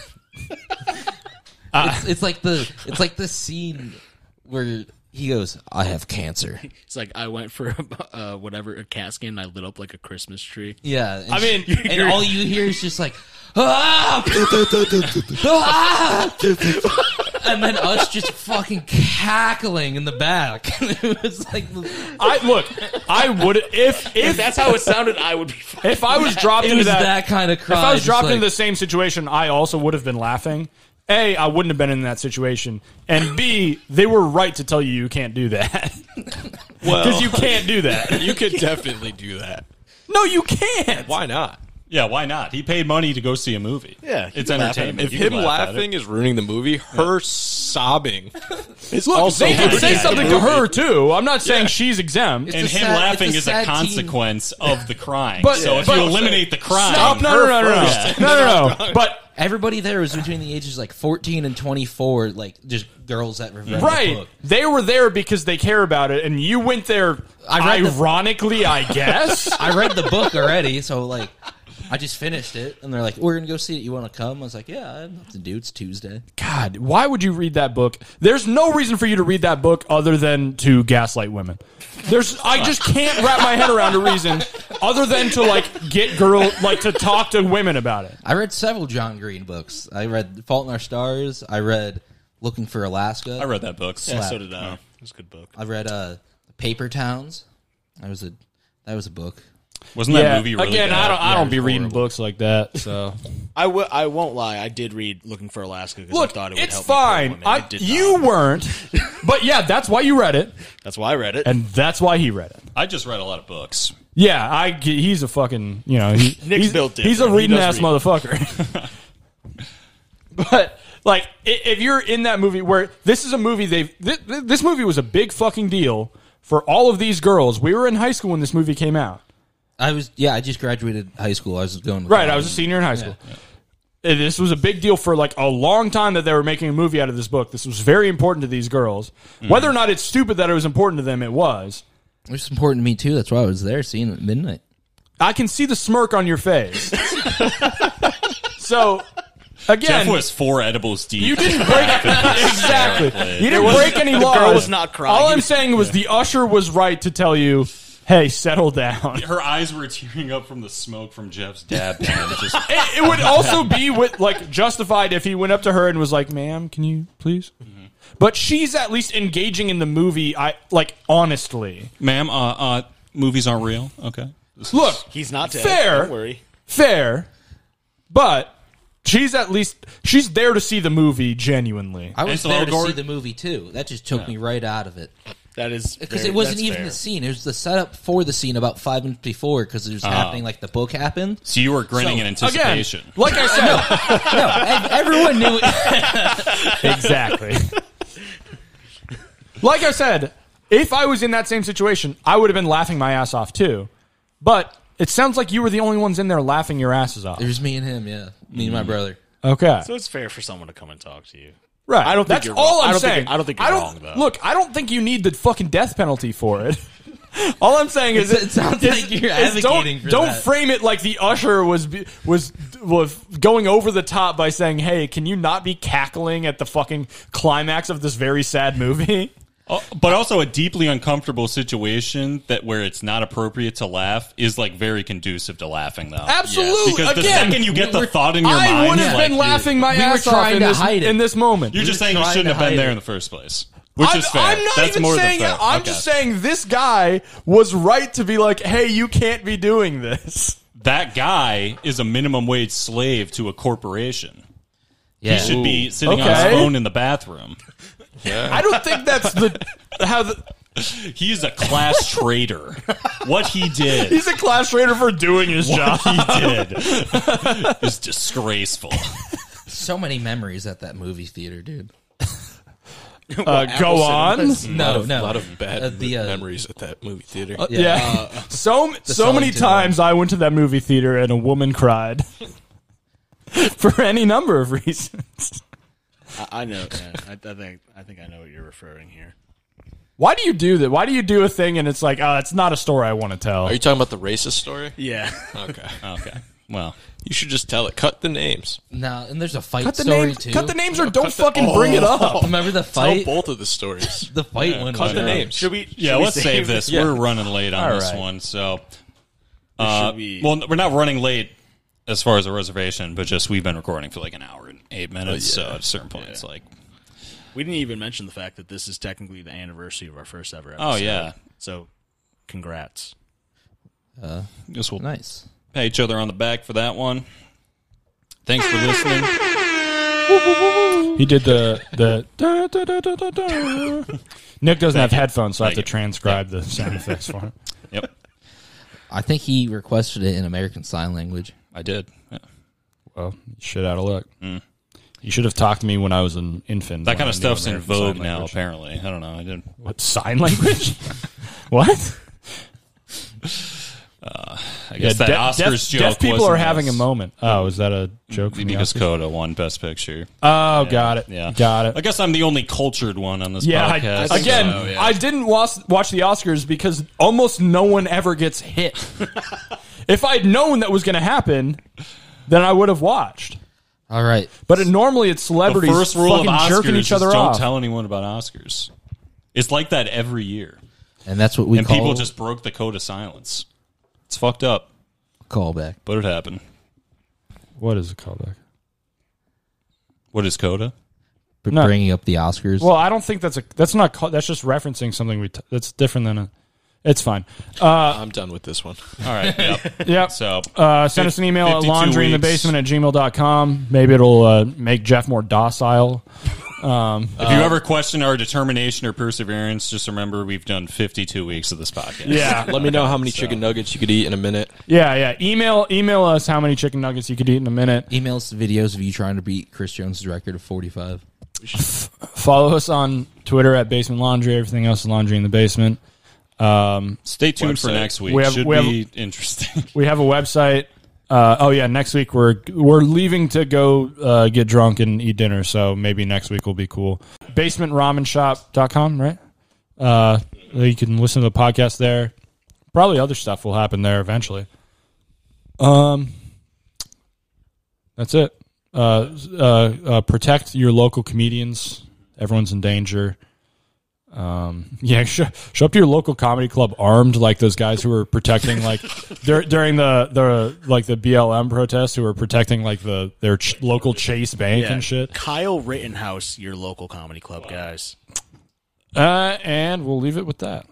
D: It's, it's like the it's like the scene where he goes, "I have cancer."
C: It's like I went for uh, whatever a cat scan and I lit up like a Christmas tree.
D: Yeah, and
A: I mean,
D: she- and all you hear is just like, ah, ah! and then us just fucking cackling in the back. it was like
A: I look. I would if if
C: That's how it sounded. I would be. Fucking,
A: if I was dropped
D: it
A: into
D: was
A: that,
D: that, kind of
A: if
D: cry.
A: I was
D: just
A: dropped
D: like,
A: into the same situation, I also would have been laughing. A, I wouldn't have been in that situation, and B, they were right to tell you you can't do that because you can't do that.
E: you could definitely do that.
A: No, you can't.
E: Why not?
B: Yeah, why not? He paid money to go see a movie.
C: Yeah, you
B: it's
C: can laugh at
B: entertainment.
E: If
B: You
E: him
B: can laugh at it.
E: laughing is ruining the movie, her sobbing is
A: Look,
E: also
A: they
E: ruining
A: can say
E: the
A: something to
E: movie.
A: her too. I'm not saying she's exempt.
D: It's
B: and
D: a
B: him
D: sad-
B: laughing
D: it's a
B: is a
D: sad teen-
B: consequence of the crime.
A: But-
B: so if
A: but-
B: you eliminate the crime,
A: Stop! No, no, no, no, no, no, no, no. But
D: everybody there was between the ages like fourteen and twenty four, like just girls that read the
A: right,
D: book.
A: they were there because they care about it, and you went there.
D: I read the-
A: ironically, I guess.
D: I read the book already, so like I just finished it, and they're like, "We're gonna go see it. You want to come?" I was like, "Yeah, I have nothing to do. It's Tuesday."
A: God, why would you read that book? There's no reason for you to read that book other than to gaslight women. There's, I just can't wrap my head around a reason other than to like get girl, like to talk to women about it.
D: I read several John Green books. I read Fault in Our Stars. I read Looking for Alaska.
B: I read that book.
C: yeah, so did I. It was a good book.
D: I read uh, Paper Towns. That was a that was a book.
B: Wasn't that movie really
A: again,
B: bad?
A: I don't, I
D: Yeah,
A: don't be
D: it's
A: reading
D: horrible.
A: books like that. So
C: I w- I won't lie. I did read Looking for Alaska because I
A: look,
C: thought it would
A: it's
C: help. Me
A: fine.
C: kill women.
A: I,
C: It did
A: you
C: not.
A: weren't, but yeah, that's why you read it,
C: That's why I read it.
A: and that's why he read it.
B: I just read a lot of books.
A: Yeah, I g- he's a fucking you know he, he's,
C: built
A: he's a
C: different. He
A: reading ass
C: does read.
A: motherfucker. but like i- if you're in that movie where this is a movie they've thi- thi- this movie was a big fucking deal for all of these girls. We were in high school when this movie came out.
D: I was yeah. I just graduated high school. I was going to
A: Right,
D: college.
A: I was a senior in high school. And This was a big deal for like a long time that they were making a movie out of this book. This was very important to these girls.
C: Mm.
A: Whether or not it's stupid that it was important to them, it was.
D: It was important to me too. That's why I was there, seeing it at midnight.
A: I can see the smirk on your face. so again,
B: Jeff was four edibles deep.
A: you didn't break exactly. You didn't break any laws.
C: girl was not crying.
A: All I'm saying was the usher was right to tell you, "Hey, settle down."
B: Her eyes were tearing up from the smoke from Jeff's dab pen. Just,
A: It, it would also be with like justified if he went up to her and was like, "Ma'am, can you please?" But she's at least engaging in the movie. I like honestly
B: ma'am, uh, uh, movies aren't real. Okay. This is-
A: look
C: He's not dead.
A: Fair.
C: Don't worry.
A: fair, but she's at least she's there to see the movie genuinely.
D: I was
B: Ansel
D: there
B: Elgort?
D: to see the movie too. That just took me right out of it
C: That is
D: because
C: very-
D: it wasn't
C: that's
D: even
C: fair.
D: the scene. It was the setup for the scene about five minutes before because it was happening like the book happened.
B: So you were grinning
D: So,
B: in
A: Again,
B: anticipation.
A: like I said,
D: No, ev- everyone knew. It.
A: exactly. like I said, if I was in that same situation, I would have been laughing my ass off too. But it sounds like you were the only ones in there laughing your asses off.
D: It was me and him. Yeah, me and my brother.
A: Okay,
C: So it's fair for someone to come and talk to you.
A: right.
C: I don't think
A: That's
C: you're
A: all I'm
C: wrong. I don't think-
A: saying.
C: I don't think you're wrong, though.
A: Look, I don't think you need the fucking death penalty for it. all I'm saying is,
D: It sounds
A: is-
D: like you're
A: is
D: advocating
A: don't,
D: for
A: don't
D: that.
A: frame it like the usher was be- was was going over the top by saying, "Hey, can you not be cackling at the fucking climax of this very sad movie?"
B: Uh, but also a deeply uncomfortable situation that where it's not appropriate to laugh is like very conducive to laughing though.
A: Absolutely.
B: Because the
A: Again,
B: second you get the
D: we're-
B: thought in your
A: I
B: mind,
A: would have
B: like,
A: been laughing my
D: we were
A: ass off
D: trying
A: in
D: to
A: this,
D: hide it.
A: in this moment.
B: You're just saying you
D: trying
B: shouldn't
D: to
B: have been
D: hide
B: there
D: it.
B: in the first place, which
A: I'm,
B: is fair.
A: I'm not
B: That's
A: even
B: more
A: saying.
B: than fair.
A: I'm
B: Okay.
A: just saying this guy was right to be like, "Hey, you can't be doing this."
B: that guy is a minimum wage slave to a corporation.
D: Yeah,
B: He should be sitting on
A: Okay.
B: his phone in the bathroom.
A: I don't think that's the how the,
B: He is a class traitor. What he did,
A: he's a class trader for doing his job.
B: he did, is disgraceful.
D: so many memories at that movie theater, dude.
A: Uh, go on.
D: No,
E: A
D: no,
E: lot of bad
D: Uh, the, uh,
E: memories at that movie theater.
A: Yeah. so so many
D: Sellington
A: times I went to that movie theater and a woman cried for any number of reasons.
C: I, I know. Yeah, I, I think. I think I know what you're referring here.
A: Why do you do that? Why do you do a thing and it's like, "Oh, it's not a story I want to tell."
E: Are you talking about the racist story?
C: Yeah. Uh,
E: Okay.
B: Okay. Well,
E: You should just tell it. Cut the names.
D: no, and there's a fight
A: cut the
D: story
A: names.
D: too.
A: Cut the names or don't fucking bring
B: Oh.
A: it up.
D: Remember the
E: Tell
D: fight?
E: both of the stories.
D: The fight one.
E: Cut
D: was
E: the
D: rough.
E: names.
C: Should we?
B: yeah,
C: should we
B: let's save this.
E: Yeah.
B: We're running late on
A: All
B: this
A: right.
B: one, so. Uh,
C: should we-
B: Well, we're not running late
A: Oh,
B: as far as a reservation, but just we've been recording for like an hour and eight minutes, so at a certain point, it's like.
C: We didn't even mention the fact that this is technically the anniversary of our first ever episode.
B: Oh yeah.
C: So, congrats.
B: Guess we'll
D: Nice.
B: pat each other on the back for that one. Thanks for listening.
A: He did the the da, da, da, da, da, da. Nick doesn't have headphones, so I have to
B: Thank you.
A: transcribe the sound effects for him.
B: Yep.
D: I think he requested it in American Sign Language.
B: I did. Yeah.
A: Well, shit out of luck. You should have talked to me when I was an infant.
B: Mm. That
A: when
B: kind
A: I
B: of
A: knew
B: stuff's in
A: American
B: vogue
A: Sign
B: now,
A: Language.
B: apparently. I don't know. I didn't.
A: What sign language? what?
B: I guess that
A: deaf-
B: Oscars
A: deaf,
B: joke.
A: deaf people
B: wasn't
A: are having a
B: as-
A: moment. Oh, is that a joke? From the
B: Because
A: Oscars?
B: Coda won Best Picture.
A: oh, got it.
B: Yeah,
A: got it.
B: I guess I'm the only cultured one on this
A: Yeah, I,
B: podcast.
A: again,
B: so-
A: I didn't watch, watch the Oscars because almost no one ever gets hit. if I'd known that was going to happen, then I would have watched.
D: All right.
A: But it, normally it's
B: the
A: celebrities
B: first rule of
A: fucking
B: Oscars
A: jerking each other
B: is don't
A: off.
B: tell anyone about Oscars. It's like that every year,
D: And that's what we
B: and
D: call
B: people just broke the code of silence. It's fucked up,
D: callback.
B: but it happened.
A: what is a callback?
B: What is coda?
D: But
A: No.
D: bringing up the Oscars.
A: Well, I don't think that's a that's not call, that's just referencing something we t- that's different than a. It's fine. Uh,
E: I'm done with this one.
B: All right. Yep.
A: yeah.
B: so
A: Uh, send us an email at
B: 52
A: laundryinthebasement at gmail.com. Maybe it'll uh, make Jeff more docile.
B: if
A: Uh,
B: you ever question our determination or perseverance, just remember we've done 52 weeks of this podcast.
A: Yeah.
E: Let me know how many chicken nuggets you could eat in a minute.
A: yeah, yeah. Email email us how many chicken nuggets you could eat in a minute.
D: Emails, videos of you trying to beat Chris Jones' record of 45.
A: Follow us on Twitter at Basement Laundry. Everything else is Laundry in the Basement.
B: Stay tuned for
E: Website.
B: next week.
A: We have-
B: Should
A: we have-
B: be interesting.
A: We have a website. Uh, oh yeah, next week we're we're leaving to go uh, get drunk and eat dinner, so maybe next week will be cool. BasementRamenShop.com, right? Uh, you can listen to the podcast there. Probably other stuff will happen there eventually. Um, that's it. Uh, uh, uh, protect your local comedians. Everyone's in danger. Um, Yeah, show, show up to your local comedy club armed, like those guys who were protecting, like dur- during the the like the BLM protests, who were protecting like the their ch- local Chase Bank and shit.
C: Kyle Rittenhouse, your local comedy club guys.
A: Uh, and we'll leave it with that.